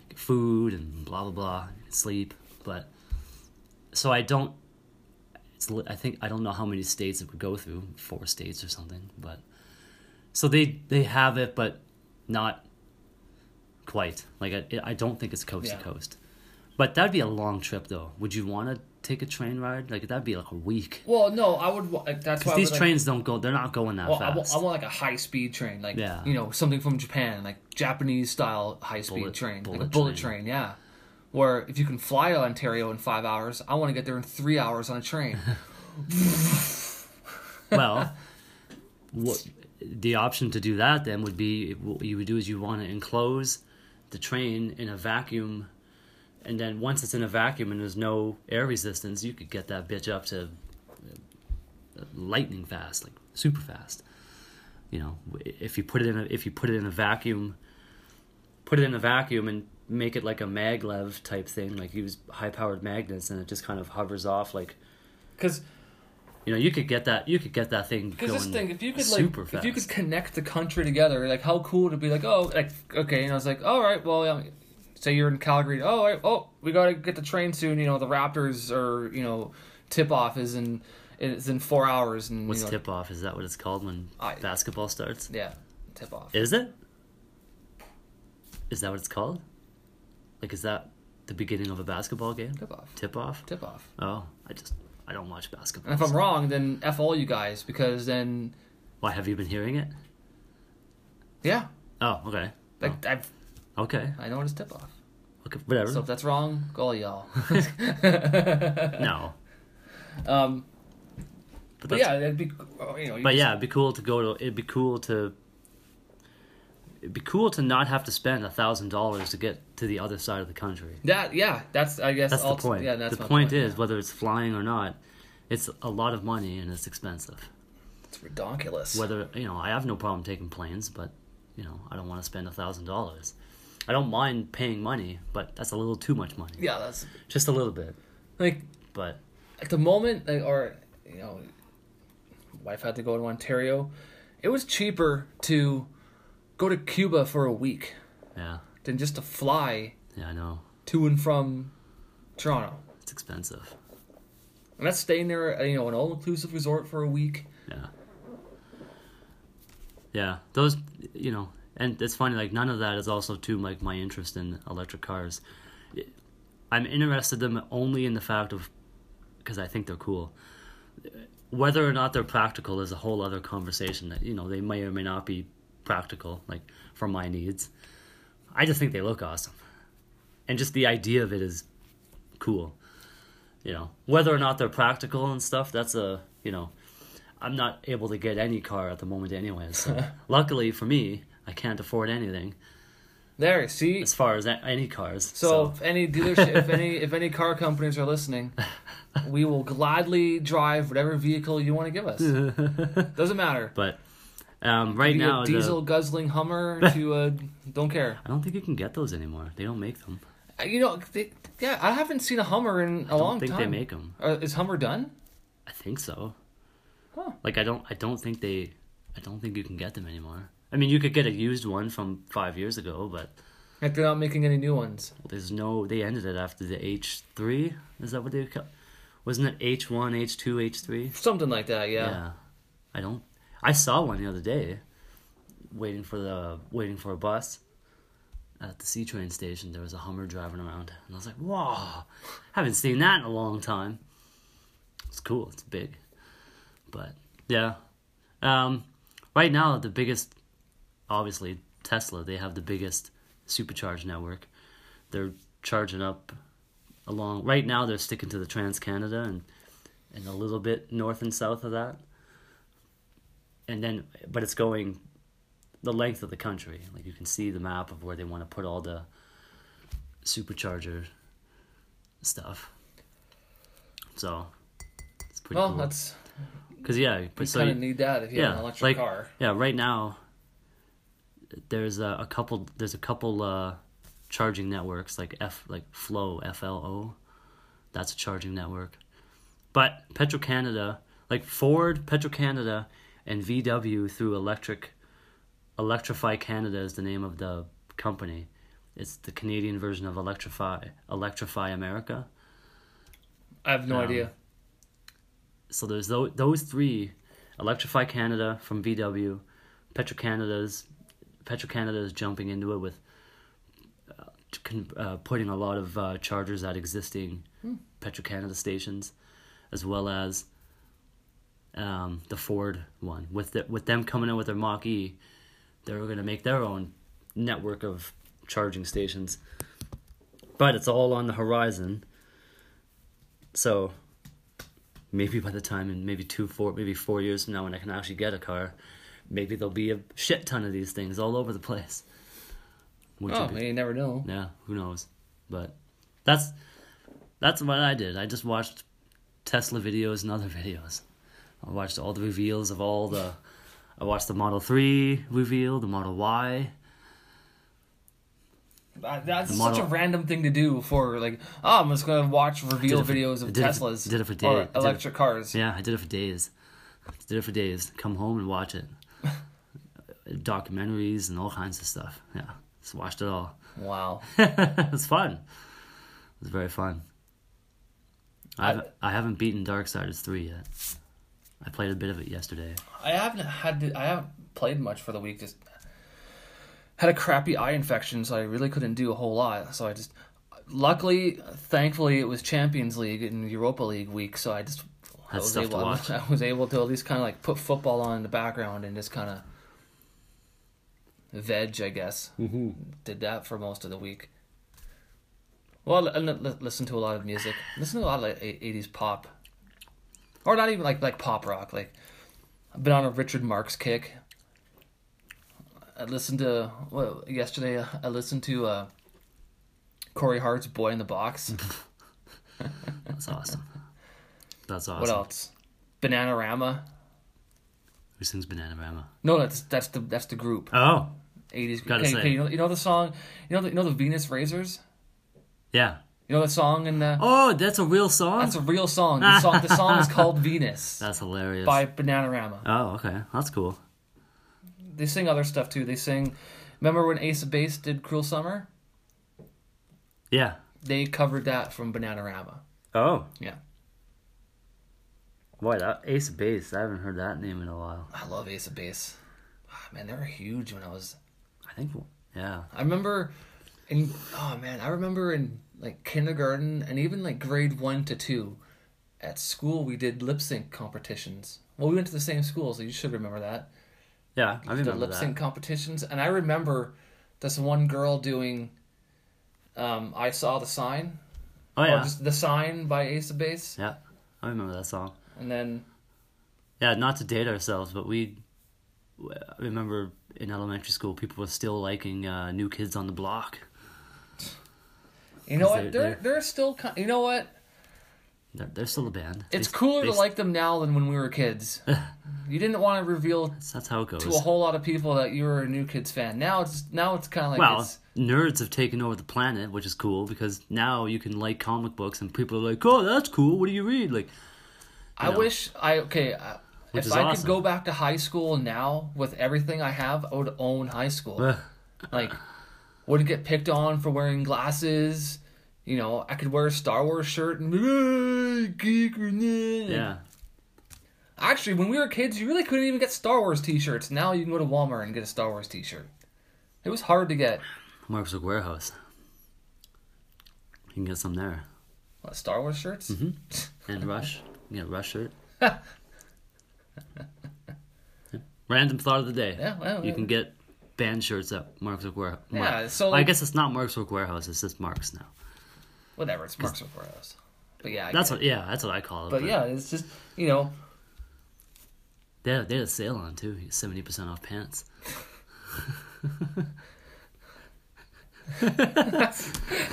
Speaker 1: get food and blah blah blah, sleep. But so I don't. It's li- I think I don't know how many states it would go through, four states or something. But so they they have it, but not quite. Like I I don't think it's coast
Speaker 2: Yeah.
Speaker 1: to coast. But that'd be a long trip though. Would you want to take a train ride? Like that'd be like a week.
Speaker 2: Well, no, I would. wa- Like, that's why
Speaker 1: Because
Speaker 2: I
Speaker 1: these
Speaker 2: would,
Speaker 1: trains don't go. They're not going that
Speaker 2: Like, well, I, want,
Speaker 1: fast.
Speaker 2: I want like a high speed train, like
Speaker 1: Yeah.
Speaker 2: you know something from Japan, like Japanese style high speed
Speaker 1: Bullet-
Speaker 2: train, like a
Speaker 1: bullet
Speaker 2: bullet
Speaker 1: train.
Speaker 2: train. Yeah, where if you can fly to Ontario in five hours, I want to get there in three hours on a train.
Speaker 1: well, what the option to do that then would be what you would do is you want to enclose the train in a vacuum, and then once it's in a vacuum and there's no air resistance, you could get that bitch up to uh, lightning fast, like super fast. You know, w- if you put it in a if you put it in a vacuum, put it in a vacuum and make it like a maglev type thing, like use high powered magnets, and it just kind of hovers off like
Speaker 2: Because
Speaker 1: you know, you could get that. You could get that thing.
Speaker 2: Because this
Speaker 1: going
Speaker 2: thing, if you could like,
Speaker 1: super
Speaker 2: if
Speaker 1: fast.
Speaker 2: you could connect the country together, like how cool to be like, oh, like okay, and I was like, all right, well, um, say you're in Calgary, oh, all right, oh, we gotta get the train soon. You know, the Raptors are, you know, tip off is in is in four hours, and
Speaker 1: What's
Speaker 2: you know,
Speaker 1: tip off? Is that what it's called when
Speaker 2: I-
Speaker 1: basketball starts?
Speaker 2: Yeah, tip off.
Speaker 1: Is it? Is that what it's called? Like, is that the beginning of a basketball game?
Speaker 2: Tip off.
Speaker 1: Tip off?
Speaker 2: Tip off.
Speaker 1: Oh, I just I don't watch basketball.
Speaker 2: And if I'm
Speaker 1: so-
Speaker 2: wrong, then f all you guys because then
Speaker 1: why have you been hearing it?
Speaker 2: yeah,
Speaker 1: Oh, okay,
Speaker 2: like I've,
Speaker 1: okay,
Speaker 2: I know it's tip off.
Speaker 1: okay, whatever.
Speaker 2: So if that's wrong, go all y'all.
Speaker 1: no,
Speaker 2: um,
Speaker 1: but,
Speaker 2: but
Speaker 1: that's, yeah,
Speaker 2: yeah, that'd be oh, you know. You
Speaker 1: but yeah, it'd be cool to go to. It'd be cool to. It'd be cool to not have to spend a thousand dollars to get to the other side of the country.
Speaker 2: That yeah, that's I guess
Speaker 1: That's
Speaker 2: all,
Speaker 1: the point.
Speaker 2: Yeah, that's
Speaker 1: the
Speaker 2: my
Speaker 1: point, is
Speaker 2: yeah.
Speaker 1: whether it's flying or not, it's a lot of money and it's expensive.
Speaker 2: it's ridiculous.
Speaker 1: Whether you know, I have no problem taking planes, but you know, I don't want to spend a thousand dollars. I don't mind paying money, but that's a little too much money.
Speaker 2: Yeah, that's
Speaker 1: Just a little bit,
Speaker 2: like
Speaker 1: but
Speaker 2: at the moment, like, or you know, my wife had to go to Ontario. It was cheaper to go to Cuba for a week
Speaker 1: yeah,
Speaker 2: than just to fly
Speaker 1: yeah, I know
Speaker 2: to and from Toronto,
Speaker 1: it's expensive.
Speaker 2: and that's staying there, at, you know, an all-inclusive resort for a week.
Speaker 1: Yeah, yeah, those you know, and it's funny. Like none of that is also to like my interest in electric cars. I'm interested in them only in the fact of because I think they're cool. Whether or not they're practical is a whole other conversation. That you know they may or may not be practical, like for my needs. I just think they look awesome, and just the idea of it is cool. You know whether or not they're practical and stuff. That's a you know I'm not able to get any car at the moment anyway. So luckily for me, I can't afford anything
Speaker 2: There, see.
Speaker 1: as far as a- any cars.
Speaker 2: So, if any dealership, if any if any car companies are listening, we will gladly drive whatever vehicle you want to give us. Doesn't matter.
Speaker 1: but um, right
Speaker 2: Be
Speaker 1: now,
Speaker 2: a
Speaker 1: the-
Speaker 2: diesel guzzling Hummer to uh, don't care.
Speaker 1: I don't think you can get those anymore. They don't make them.
Speaker 2: Uh, You know, they, yeah, I haven't seen a Hummer in a
Speaker 1: I don't
Speaker 2: long
Speaker 1: think
Speaker 2: time.
Speaker 1: they make them.
Speaker 2: Uh, is Hummer done?
Speaker 1: I think so.
Speaker 2: Huh.
Speaker 1: Like I don't. I don't think they. I don't think you can get them anymore. I mean, you could get a used one from five years ago, but
Speaker 2: Like they're not making any new ones.
Speaker 1: there's no. They ended it after the H three. Is that what they? ca- Wasn't it H one, H two, H three?
Speaker 2: Something like that, yeah.
Speaker 1: Yeah. I don't. I saw one the other day, waiting for the waiting for a bus. At the C train station, there was a Hummer driving around, and I was like, "Wow, haven't seen that in a long time." It's cool. It's big, but yeah. Um, right now, the biggest, obviously Tesla. They have the biggest supercharge network. They're charging up along. Right now, they're sticking to the Trans Canada and and a little bit north and south of that. And then, but it's going the length of the country. Like you can see the map of where they want to put all the supercharger stuff. So it's pretty
Speaker 2: Well,
Speaker 1: cool.
Speaker 2: that's
Speaker 1: Because yeah,
Speaker 2: you
Speaker 1: but so
Speaker 2: kind of
Speaker 1: you-
Speaker 2: need that if you
Speaker 1: yeah,
Speaker 2: have an electric
Speaker 1: like
Speaker 2: car.
Speaker 1: yeah, right now there's a, a couple there's a couple uh, charging networks like F like Flow F L O, that's a charging network, but Petro Canada like Ford Petro Canada and VW through electric Electrify Canada is the name of the company. It's the Canadian version of Electrify Electrify America.
Speaker 2: I have no
Speaker 1: um,
Speaker 2: idea.
Speaker 1: so there's those, those three electrify canada from vw petrocanada's petrocanada is jumping into it with uh, to con- uh, putting a lot of uh, chargers at existing petrocanada stations as well as um, the ford one with the, with them coming in with their mach e they're going to make their own network of charging stations but it's all on the horizon so maybe by the time in maybe two four maybe four years from now when i can actually get a car maybe there'll be a shit ton of these things all over the place Which would
Speaker 2: Oh,
Speaker 1: be-
Speaker 2: you never know.
Speaker 1: yeah who knows but that's that's what i did i just watched tesla videos and other videos i watched all the reveals of all the i watched the model 3 reveal the model y
Speaker 2: Uh, That's
Speaker 1: The
Speaker 2: such a
Speaker 1: model-
Speaker 2: random thing to do for like, oh, I'm just gonna watch reveal
Speaker 1: it for-
Speaker 2: videos of
Speaker 1: I did it for-
Speaker 2: Teslas
Speaker 1: did it for day-
Speaker 2: or
Speaker 1: did it-
Speaker 2: electric cars.
Speaker 1: Yeah, I did it for days. Did it for days. Come home and watch it. Documentaries and all kinds of stuff. Yeah, just watched it all.
Speaker 2: Wow.
Speaker 1: it was fun. It was very fun. I haven't, I haven't beaten Darksiders 3 yet. I played a bit of it yesterday.
Speaker 2: I haven't had to, I haven't played much for the week. Just had a crappy eye infection, so I really couldn't do a whole lot. So I just, luckily, thankfully, it was Champions League and Europa League week, so I just I
Speaker 1: Had
Speaker 2: was
Speaker 1: stuff to
Speaker 2: able, I was-
Speaker 1: watch.
Speaker 2: I was able to at least kind of like put football on in the background and just kind of veg, I guess. Mm-hmm. Did that for most of the week. Well, and li- li- listen to a lot of music. Listen to a lot of like eighties pop, or not even like like pop rock. Like I've been on a Richard Marx kick. I listened to well yesterday. uh, I listened to uh, Corey Hart's "Boy in the Box."
Speaker 1: That's awesome. That's awesome.
Speaker 2: What else? Bananarama.
Speaker 1: Who sings Bananarama?
Speaker 2: No, that's that's the that's the group.
Speaker 1: Oh,
Speaker 2: Eighties.
Speaker 1: Gotta
Speaker 2: Okay,
Speaker 1: say.
Speaker 2: okay, you, know, you know the song. You know the, you know the Venus Razors.
Speaker 1: yeah.
Speaker 2: You know the song and the.
Speaker 1: Oh, that's a real song.
Speaker 2: That's
Speaker 1: That's,
Speaker 2: a real song. The song the song is called Venus
Speaker 1: hilarious.
Speaker 2: by Bananarama.
Speaker 1: Oh, okay. That's cool.
Speaker 2: They sing other stuff too. They sing. Remember when Ace of Base did "Cruel Summer"?
Speaker 1: Yeah.
Speaker 2: They covered that from Bananarama.
Speaker 1: Oh,
Speaker 2: Yeah,
Speaker 1: boy, that Ace of Base. I haven't heard that name in a while.
Speaker 2: I love Ace of Base. Ah, man, they were huge when I was.
Speaker 1: I think. Yeah.
Speaker 2: I remember, in oh man, I remember in like kindergarten and even like grade one to two, at school we did lip sync competitions. Well, we went to the same school, so you should remember that.
Speaker 1: Yeah, I
Speaker 2: the
Speaker 1: remember
Speaker 2: lip sync
Speaker 1: that.
Speaker 2: competitions, and I remember this one girl doing. Um, I saw the sign.
Speaker 1: Oh
Speaker 2: or
Speaker 1: yeah.
Speaker 2: just the sign by Ace of Base,
Speaker 1: Yeah. I remember that song.
Speaker 2: and then
Speaker 1: Yeah, not to date ourselves, but we I remember in elementary school people were still liking uh, New Kids on the Block.
Speaker 2: you know
Speaker 1: Is
Speaker 2: what?
Speaker 1: it
Speaker 2: They're
Speaker 1: there?
Speaker 2: they're still kind. You know what?
Speaker 1: They're, they're still a band.
Speaker 2: It's
Speaker 1: They-
Speaker 2: cooler
Speaker 1: they-
Speaker 2: to like them now than when we were kids. you didn't want to reveal
Speaker 1: That's how it goes.
Speaker 2: to a whole lot of people that you were a New Kids fan. Now it's now it's kind of like
Speaker 1: well,
Speaker 2: it's,
Speaker 1: nerds have taken over the planet, which is cool because now you can like comic books and people are like, "Oh, that's cool. What do you read?" Like,
Speaker 2: I
Speaker 1: know.
Speaker 2: wish I okay. I,
Speaker 1: Which
Speaker 2: if
Speaker 1: is
Speaker 2: I could
Speaker 1: awesome.
Speaker 2: go back to high school now with everything I have, I would own high school. like, wouldn't get picked on for wearing glasses. You know, I could wear a Star Wars shirt and "Hey, geek or nerd."
Speaker 1: yeah,
Speaker 2: Actually, when we were kids, you really couldn't even get Star Wars T-shirts. Now you can go to Walmart and get a Star Wars T-shirt. It was hard to get
Speaker 1: Mark's Mark's Warehouse. You can get some there.
Speaker 2: what, Star Wars shirts. Mm-hmm.
Speaker 1: And Rush. You can get a Rush shirt. Random thought of the day.
Speaker 2: Yeah, well,
Speaker 1: you can get band shirts at Mark's Work Warehouse.
Speaker 2: Yeah, so,
Speaker 1: I
Speaker 2: like-
Speaker 1: guess it's not Mark's Work Warehouse. It's just Mark's now.
Speaker 2: whatever. It's Marks for us. But yeah, I
Speaker 1: That's
Speaker 2: get it.
Speaker 1: what. Yeah, that's what I call it.
Speaker 2: But yeah, it's just you know,
Speaker 1: they had, they had a sale on too. Seventy percent off pants.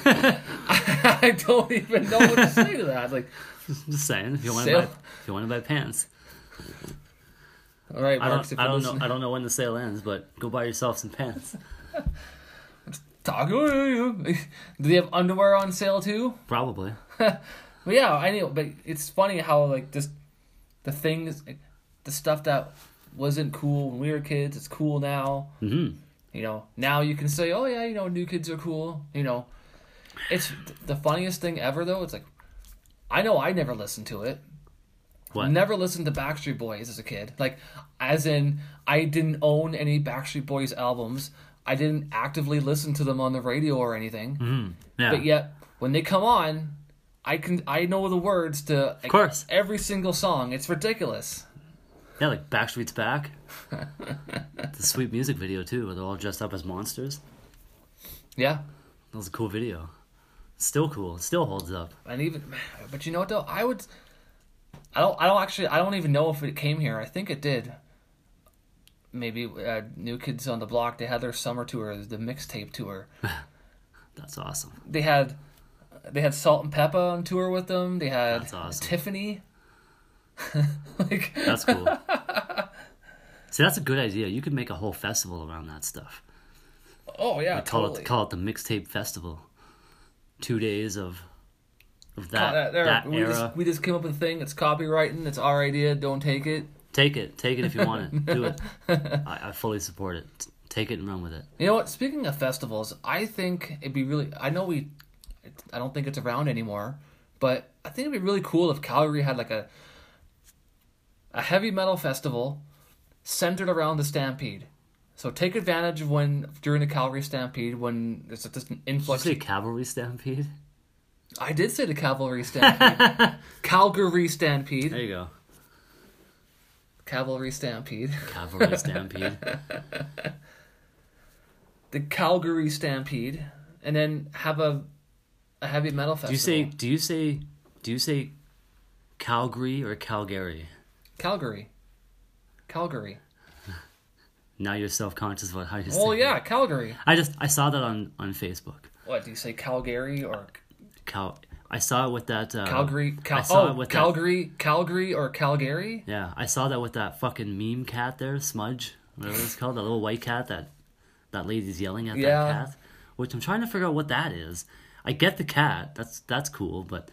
Speaker 2: I don't even know what to say to that. Like,
Speaker 1: Just saying, if you want to
Speaker 2: Sale?
Speaker 1: buy, if you want to buy pants,
Speaker 2: all right,
Speaker 1: I
Speaker 2: Marks,
Speaker 1: don't,
Speaker 2: if
Speaker 1: I don't
Speaker 2: you're
Speaker 1: know,
Speaker 2: listening,
Speaker 1: I don't know when the sale ends, but go buy yourself some pants.
Speaker 2: talk. Do they have underwear on sale too?
Speaker 1: Probably.
Speaker 2: But yeah, I know. But it's funny how like this, the things, the stuff that wasn't cool when we were kids, it's cool now.
Speaker 1: Mm-hmm.
Speaker 2: You know, now you can say, oh yeah, you know, new kids are cool. You know, it's th- the funniest thing ever though. It's like, I know I never listened to it.
Speaker 1: What?
Speaker 2: Never listened to Backstreet Boys as a kid. Like, as in, I didn't own any Backstreet Boys albums. I didn't actively listen to them on the radio or anything.
Speaker 1: Yeah.
Speaker 2: But yet, when they come on, I can I know the words to like,
Speaker 1: course.
Speaker 2: every single song. It's ridiculous.
Speaker 1: Yeah, like Backstreet's Back. the sweet music video too, where they're all dressed up as monsters.
Speaker 2: Yeah,
Speaker 1: That was a cool video. Still cool. It still holds up.
Speaker 2: and even but you know what though, I would. I don't. I don't actually. I don't even know if it came here. I think it did. Maybe uh, New Kids on the Block. They had their summer tour, the mixtape tour.
Speaker 1: That's awesome.
Speaker 2: they had they had Salt and Peppa on tour with them. They had
Speaker 1: That's awesome.
Speaker 2: Tiffany. like
Speaker 1: That's cool. See, that's a good idea. You could make a whole festival around that stuff.
Speaker 2: oh yeah,
Speaker 1: Call
Speaker 2: totally.
Speaker 1: it call it the mixtape festival. Two days of of that
Speaker 2: That- there,
Speaker 1: that
Speaker 2: we
Speaker 1: era.
Speaker 2: just we just came up with a thing. It's copywriting. It's our idea. Don't take it.
Speaker 1: Take it, take it if you want it. Do it. I, I fully support it. T- Take it and run with it.
Speaker 2: You know what? Speaking of festivals, I think it'd be really. I know we. I don't think it's around anymore, but I think it'd be really cool if Calgary had like a a heavy metal festival centered around the Stampede. So take advantage of when during the Calgary Stampede when there's just an influx.
Speaker 1: Did you say cavalry stampede?
Speaker 2: I did say the Cavalry Stampede, Calgary Stampede,
Speaker 1: There you go.
Speaker 2: Cavalry Stampede,
Speaker 1: Cavalry stampede.
Speaker 2: the Calgary Stampede, and then have a a heavy metal festival.
Speaker 1: Do you say? Do you say? Do you say Calgary or Calgary?
Speaker 2: Calgary? Calgary.
Speaker 1: Now you're self conscious about how you.
Speaker 2: Well,
Speaker 1: say it.
Speaker 2: yeah, Calgary.
Speaker 1: I just I saw that on on Facebook.
Speaker 2: What do you say, Calgary or
Speaker 1: Cal. I saw it with that. Uh,
Speaker 2: Calgary? Cal-
Speaker 1: I saw
Speaker 2: oh,
Speaker 1: it with that-
Speaker 2: Calgary, Calgary or Calgary?
Speaker 1: Yeah, I saw that with that fucking meme cat there, Smudge, whatever it's called, that little white cat that that lady's yelling at
Speaker 2: Yeah.
Speaker 1: that cat. Which I'm trying to figure out what that is. I get the cat, that's that's cool, but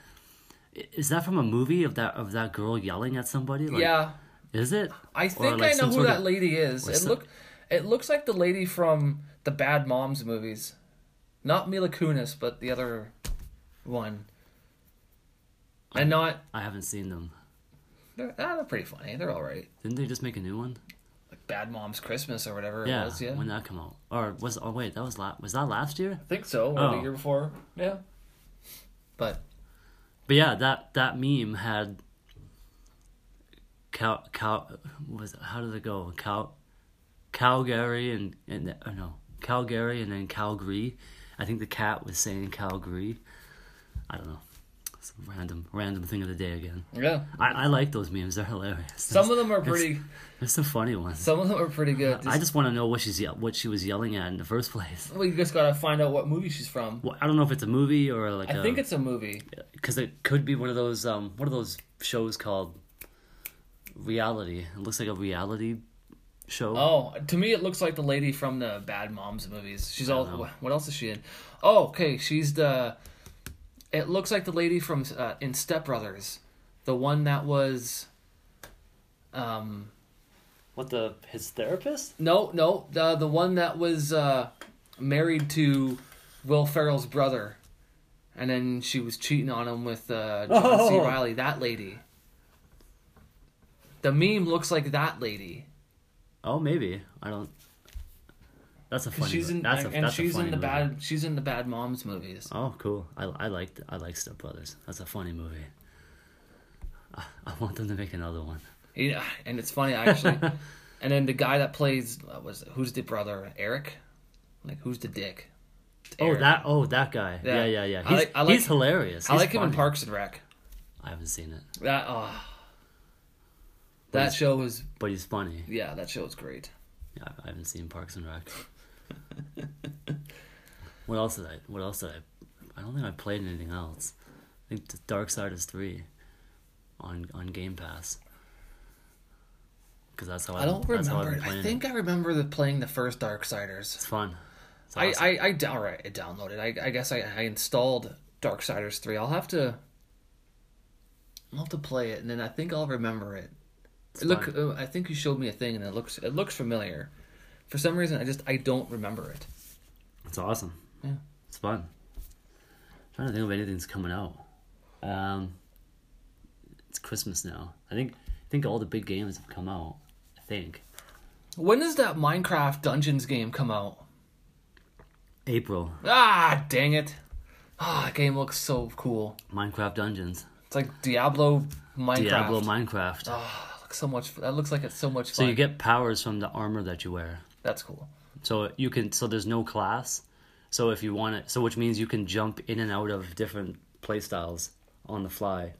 Speaker 1: i- is that from a movie of that of that girl yelling at somebody? Like,
Speaker 2: yeah,
Speaker 1: Is it?
Speaker 2: I
Speaker 1: Or,
Speaker 2: think
Speaker 1: like,
Speaker 2: I know
Speaker 1: some
Speaker 2: who
Speaker 1: sort
Speaker 2: that
Speaker 1: of-
Speaker 2: lady is. It
Speaker 1: some-
Speaker 2: look, it looks like the lady from the Bad Moms movies, not Mila Kunis, but the other one. And not
Speaker 1: I haven't seen them.
Speaker 2: they're, ah, they're pretty funny. They're all right.
Speaker 1: Didn't they just make a new one?
Speaker 2: Like Bad Moms Christmas or whatever
Speaker 1: Yeah,
Speaker 2: it was. Yeah,
Speaker 1: when that come out, or was oh wait, that was la- was that last year?
Speaker 2: I think so. Or the
Speaker 1: Oh.
Speaker 2: year before. Yeah, but
Speaker 1: But yeah, that that meme had cow cow was how did it go? Cow Calgary and and oh no Calgary and then Calgary. I think the cat was saying Calgary. I don't know. Some random random thing of the day again.
Speaker 2: yeah,
Speaker 1: I, I like those memes. They're hilarious.
Speaker 2: some of them are pretty.
Speaker 1: There's some funny ones.
Speaker 2: Some of them are pretty good.
Speaker 1: I just want to know what she's ye- what she was yelling at in the first place.
Speaker 2: well, you just gotta find out what movie she's from.
Speaker 1: Well, I don't know if it's a movie or like
Speaker 2: I
Speaker 1: a-
Speaker 2: think it's a movie.
Speaker 1: because it could be one of those um one of those shows called reality it looks like a reality show
Speaker 2: Oh, to me it looks like the lady from the Bad Moms movies. She's all.
Speaker 1: know.
Speaker 2: What else is she in? Oh, okay, she's the. It looks like the lady from uh, in Step Brothers, the one that was. Um.
Speaker 1: what the his therapist
Speaker 2: No, no, the the one that was uh, married to Will Ferrell's brother, and then she was cheating on him with uh, John C.
Speaker 1: Oh.
Speaker 2: Riley. That lady. The meme looks like that lady.
Speaker 1: oh maybe i don't that's a funny
Speaker 2: she's
Speaker 1: mo-
Speaker 2: in
Speaker 1: that's a,
Speaker 2: and
Speaker 1: that's a
Speaker 2: she's
Speaker 1: funny
Speaker 2: in the
Speaker 1: movie.
Speaker 2: bad she's in the bad moms movies.
Speaker 1: oh cool i i liked i like step brothers that's a funny movie I, I want them to make another one
Speaker 2: Yeah, and it's funny actually. and then the guy that plays uh, was who's the brother Eric, like who's the dick? It's Eric.
Speaker 1: oh that oh that guy yeah
Speaker 2: Yeah.
Speaker 1: yeah yeah,
Speaker 2: I
Speaker 1: he's,
Speaker 2: like- I like-
Speaker 1: he's hilarious
Speaker 2: I
Speaker 1: He's
Speaker 2: like him in
Speaker 1: funny.
Speaker 2: Parks and Rec.
Speaker 1: i haven't seen it
Speaker 2: That oh, that show was
Speaker 1: but he's funny
Speaker 2: yeah that show was great.
Speaker 1: Yeah, I- I haven't seen Parks and Rec. what else did I? What else did I? I don't think I played anything else. I think the Dark Side is three, on on Game Pass. Because that's how I,
Speaker 2: I don't
Speaker 1: that's how I've
Speaker 2: remember.
Speaker 1: been playing
Speaker 2: I
Speaker 1: it.
Speaker 2: think I remember the playing the first Darksiders.
Speaker 1: it's fun. It's
Speaker 2: I
Speaker 1: awesome.
Speaker 2: I I d- all right, I downloaded. I I guess I, I installed Darksiders three. I'll have to. I'll have to play it, and then I think I'll remember it. Look,
Speaker 1: fine.
Speaker 2: uh, I think you showed me a thing, and it looks it looks familiar. For some reason, I just I don't remember it.
Speaker 1: it's awesome.
Speaker 2: Yeah.
Speaker 1: It's fun. trying to think of anything's coming out. Um, it's Christmas now. I think I think all the big games have come out. I think
Speaker 2: When does that Minecraft Dungeons game come out?
Speaker 1: April
Speaker 2: Ah, dang it! Ah, that game looks so cool.
Speaker 1: Minecraft Dungeons
Speaker 2: It's like Diablo Minecraft.
Speaker 1: Diablo Minecraft.
Speaker 2: Ah, that looks so much. That looks like it's so much fun.
Speaker 1: So you get powers from the armor that you wear.
Speaker 2: that's cool.
Speaker 1: So you can so there's no class. So if you want it, so which means you can jump in and out of different playstyles on the fly,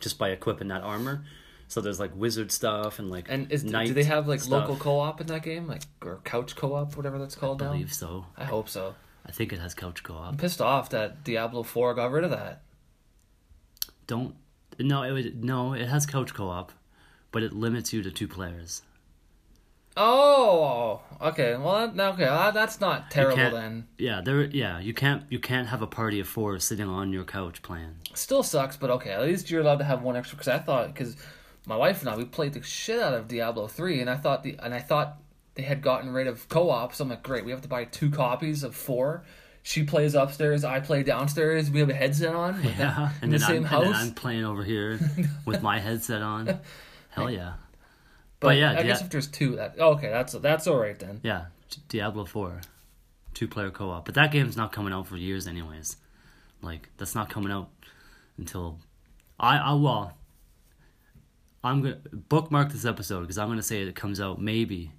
Speaker 1: just by equipping that armor. So there's like wizard stuff and like
Speaker 2: And is,
Speaker 1: knight
Speaker 2: do they have like
Speaker 1: stuff.
Speaker 2: local co-op in that game, like or couch co-op, whatever that's called
Speaker 1: I
Speaker 2: now?
Speaker 1: believe so.
Speaker 2: I hope so.
Speaker 1: I think it has couch
Speaker 2: I'm
Speaker 1: co-op.
Speaker 2: pissed off that Diablo Four got rid of that.
Speaker 1: Don't no it would, no it has couch co-op, but it limits you to two players.
Speaker 2: Oh, okay. Well, that- okay, well, that's not terrible
Speaker 1: can't-
Speaker 2: then.
Speaker 1: Yeah, there. Yeah, you can't you can't have a party of four sitting on your couch playing.
Speaker 2: Still sucks, but okay. At least you're allowed to have one extra. Because I thought, because my wife and I, we played the shit out of Diablo Three, and I thought the and I thought they had gotten rid of co-op. So I'm like, great, we have to buy two copies of four. She plays upstairs, I play downstairs. We have a headset on. with them
Speaker 1: Yeah,
Speaker 2: in
Speaker 1: and
Speaker 2: the
Speaker 1: then,
Speaker 2: same
Speaker 1: I'm,
Speaker 2: house.
Speaker 1: and then I'm playing over here with my headset on. Hell yeah.
Speaker 2: But,
Speaker 1: yeah,
Speaker 2: yeah, I guess
Speaker 1: yeah.
Speaker 2: if there's two, that oh, okay, that's that's all right then.
Speaker 1: Yeah, D- Diablo 4, two player co op. But that game's not coming out for years, anyways. Like, that's not coming out until. I, I well, I'm going to bookmark this episode because I'm going to say it comes out maybe,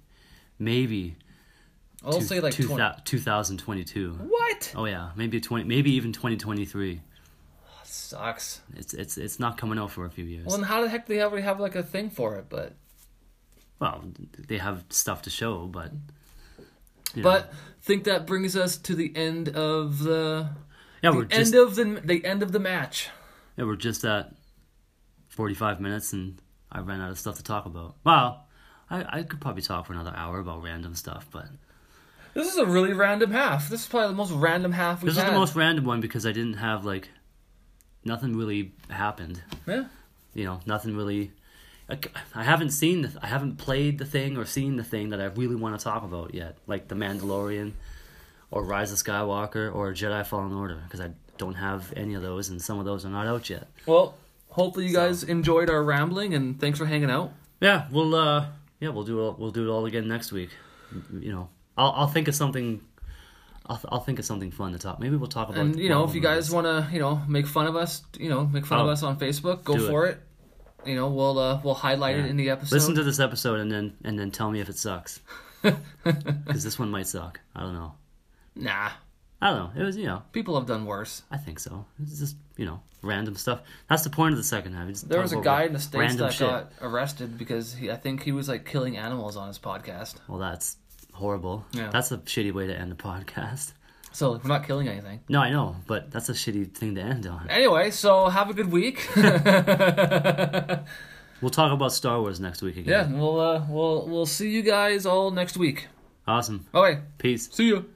Speaker 1: maybe
Speaker 2: I'll
Speaker 1: two-
Speaker 2: say like
Speaker 1: two
Speaker 2: 20.
Speaker 1: thou- 2022.
Speaker 2: What?
Speaker 1: Oh, yeah, maybe 20, maybe even 2023.
Speaker 2: Sucks.
Speaker 1: It's, it's, it's not coming out for a few years.
Speaker 2: Well, then how the heck do they already have like a thing for it? But
Speaker 1: Well, they have stuff to show, but. you know.
Speaker 2: but think that brings us to the end of the,
Speaker 1: yeah,
Speaker 2: the
Speaker 1: we're
Speaker 2: end
Speaker 1: just
Speaker 2: of the the end of the match.
Speaker 1: Yeah, we're just at 45 minutes and I ran out of stuff to talk about. Well, I, I could probably talk for another hour about random stuff, but
Speaker 2: This is a really random half. This is probably the most random half we've
Speaker 1: this is
Speaker 2: had.
Speaker 1: the most random one because I didn't have, like, nothing really happened.
Speaker 2: Yeah.
Speaker 1: You know, nothing really. I c- I haven't seen, the, I haven't played the thing or seen the thing that I really want to talk about yet, like The Mandalorian or Rise of Skywalker or Jedi Fallen Order, because I don't have any of those and some of those are not out yet.
Speaker 2: Well, hopefully you guys enjoyed our rambling and thanks for hanging out.
Speaker 1: Yeah, we'll uh yeah, we'll do it all, we'll do it all again next week. You know, I'll I'll think of something I'll, I'll think of something fun to talk. Maybe we'll talk about
Speaker 2: And you know,
Speaker 1: Marvel
Speaker 2: if you
Speaker 1: movies.
Speaker 2: guys want to, you know, make fun of us, you know, make fun of
Speaker 1: Oh.
Speaker 2: us on Facebook, go
Speaker 1: Do it.
Speaker 2: for it. You know, we'll uh, we'll highlight it
Speaker 1: Yeah.
Speaker 2: in the episode.
Speaker 1: listen to this episode and then and then tell me if it sucks. Cuz this one might suck. I don't know.
Speaker 2: nah,
Speaker 1: I don't know. It was, you know,
Speaker 2: people have done worse.
Speaker 1: I think so. It's just, you know, random stuff. That's the point of the second half. It's
Speaker 2: There
Speaker 1: talk
Speaker 2: was a
Speaker 1: about
Speaker 2: guy in the states
Speaker 1: random
Speaker 2: that
Speaker 1: shit.
Speaker 2: got arrested because he, I think he was like killing animals on his podcast.
Speaker 1: Well, that's horrible.
Speaker 2: Yeah.
Speaker 1: That's a shitty way to end a podcast.
Speaker 2: So we're not killing anything.
Speaker 1: No, I know, but that's a shitty thing to end on.
Speaker 2: Anyway, so have a good week.
Speaker 1: We'll talk about Star Wars next week again.
Speaker 2: yeah, we'll uh, we'll we'll see you guys all next week.
Speaker 1: Awesome.
Speaker 2: Okay,
Speaker 1: Peace.
Speaker 2: see you.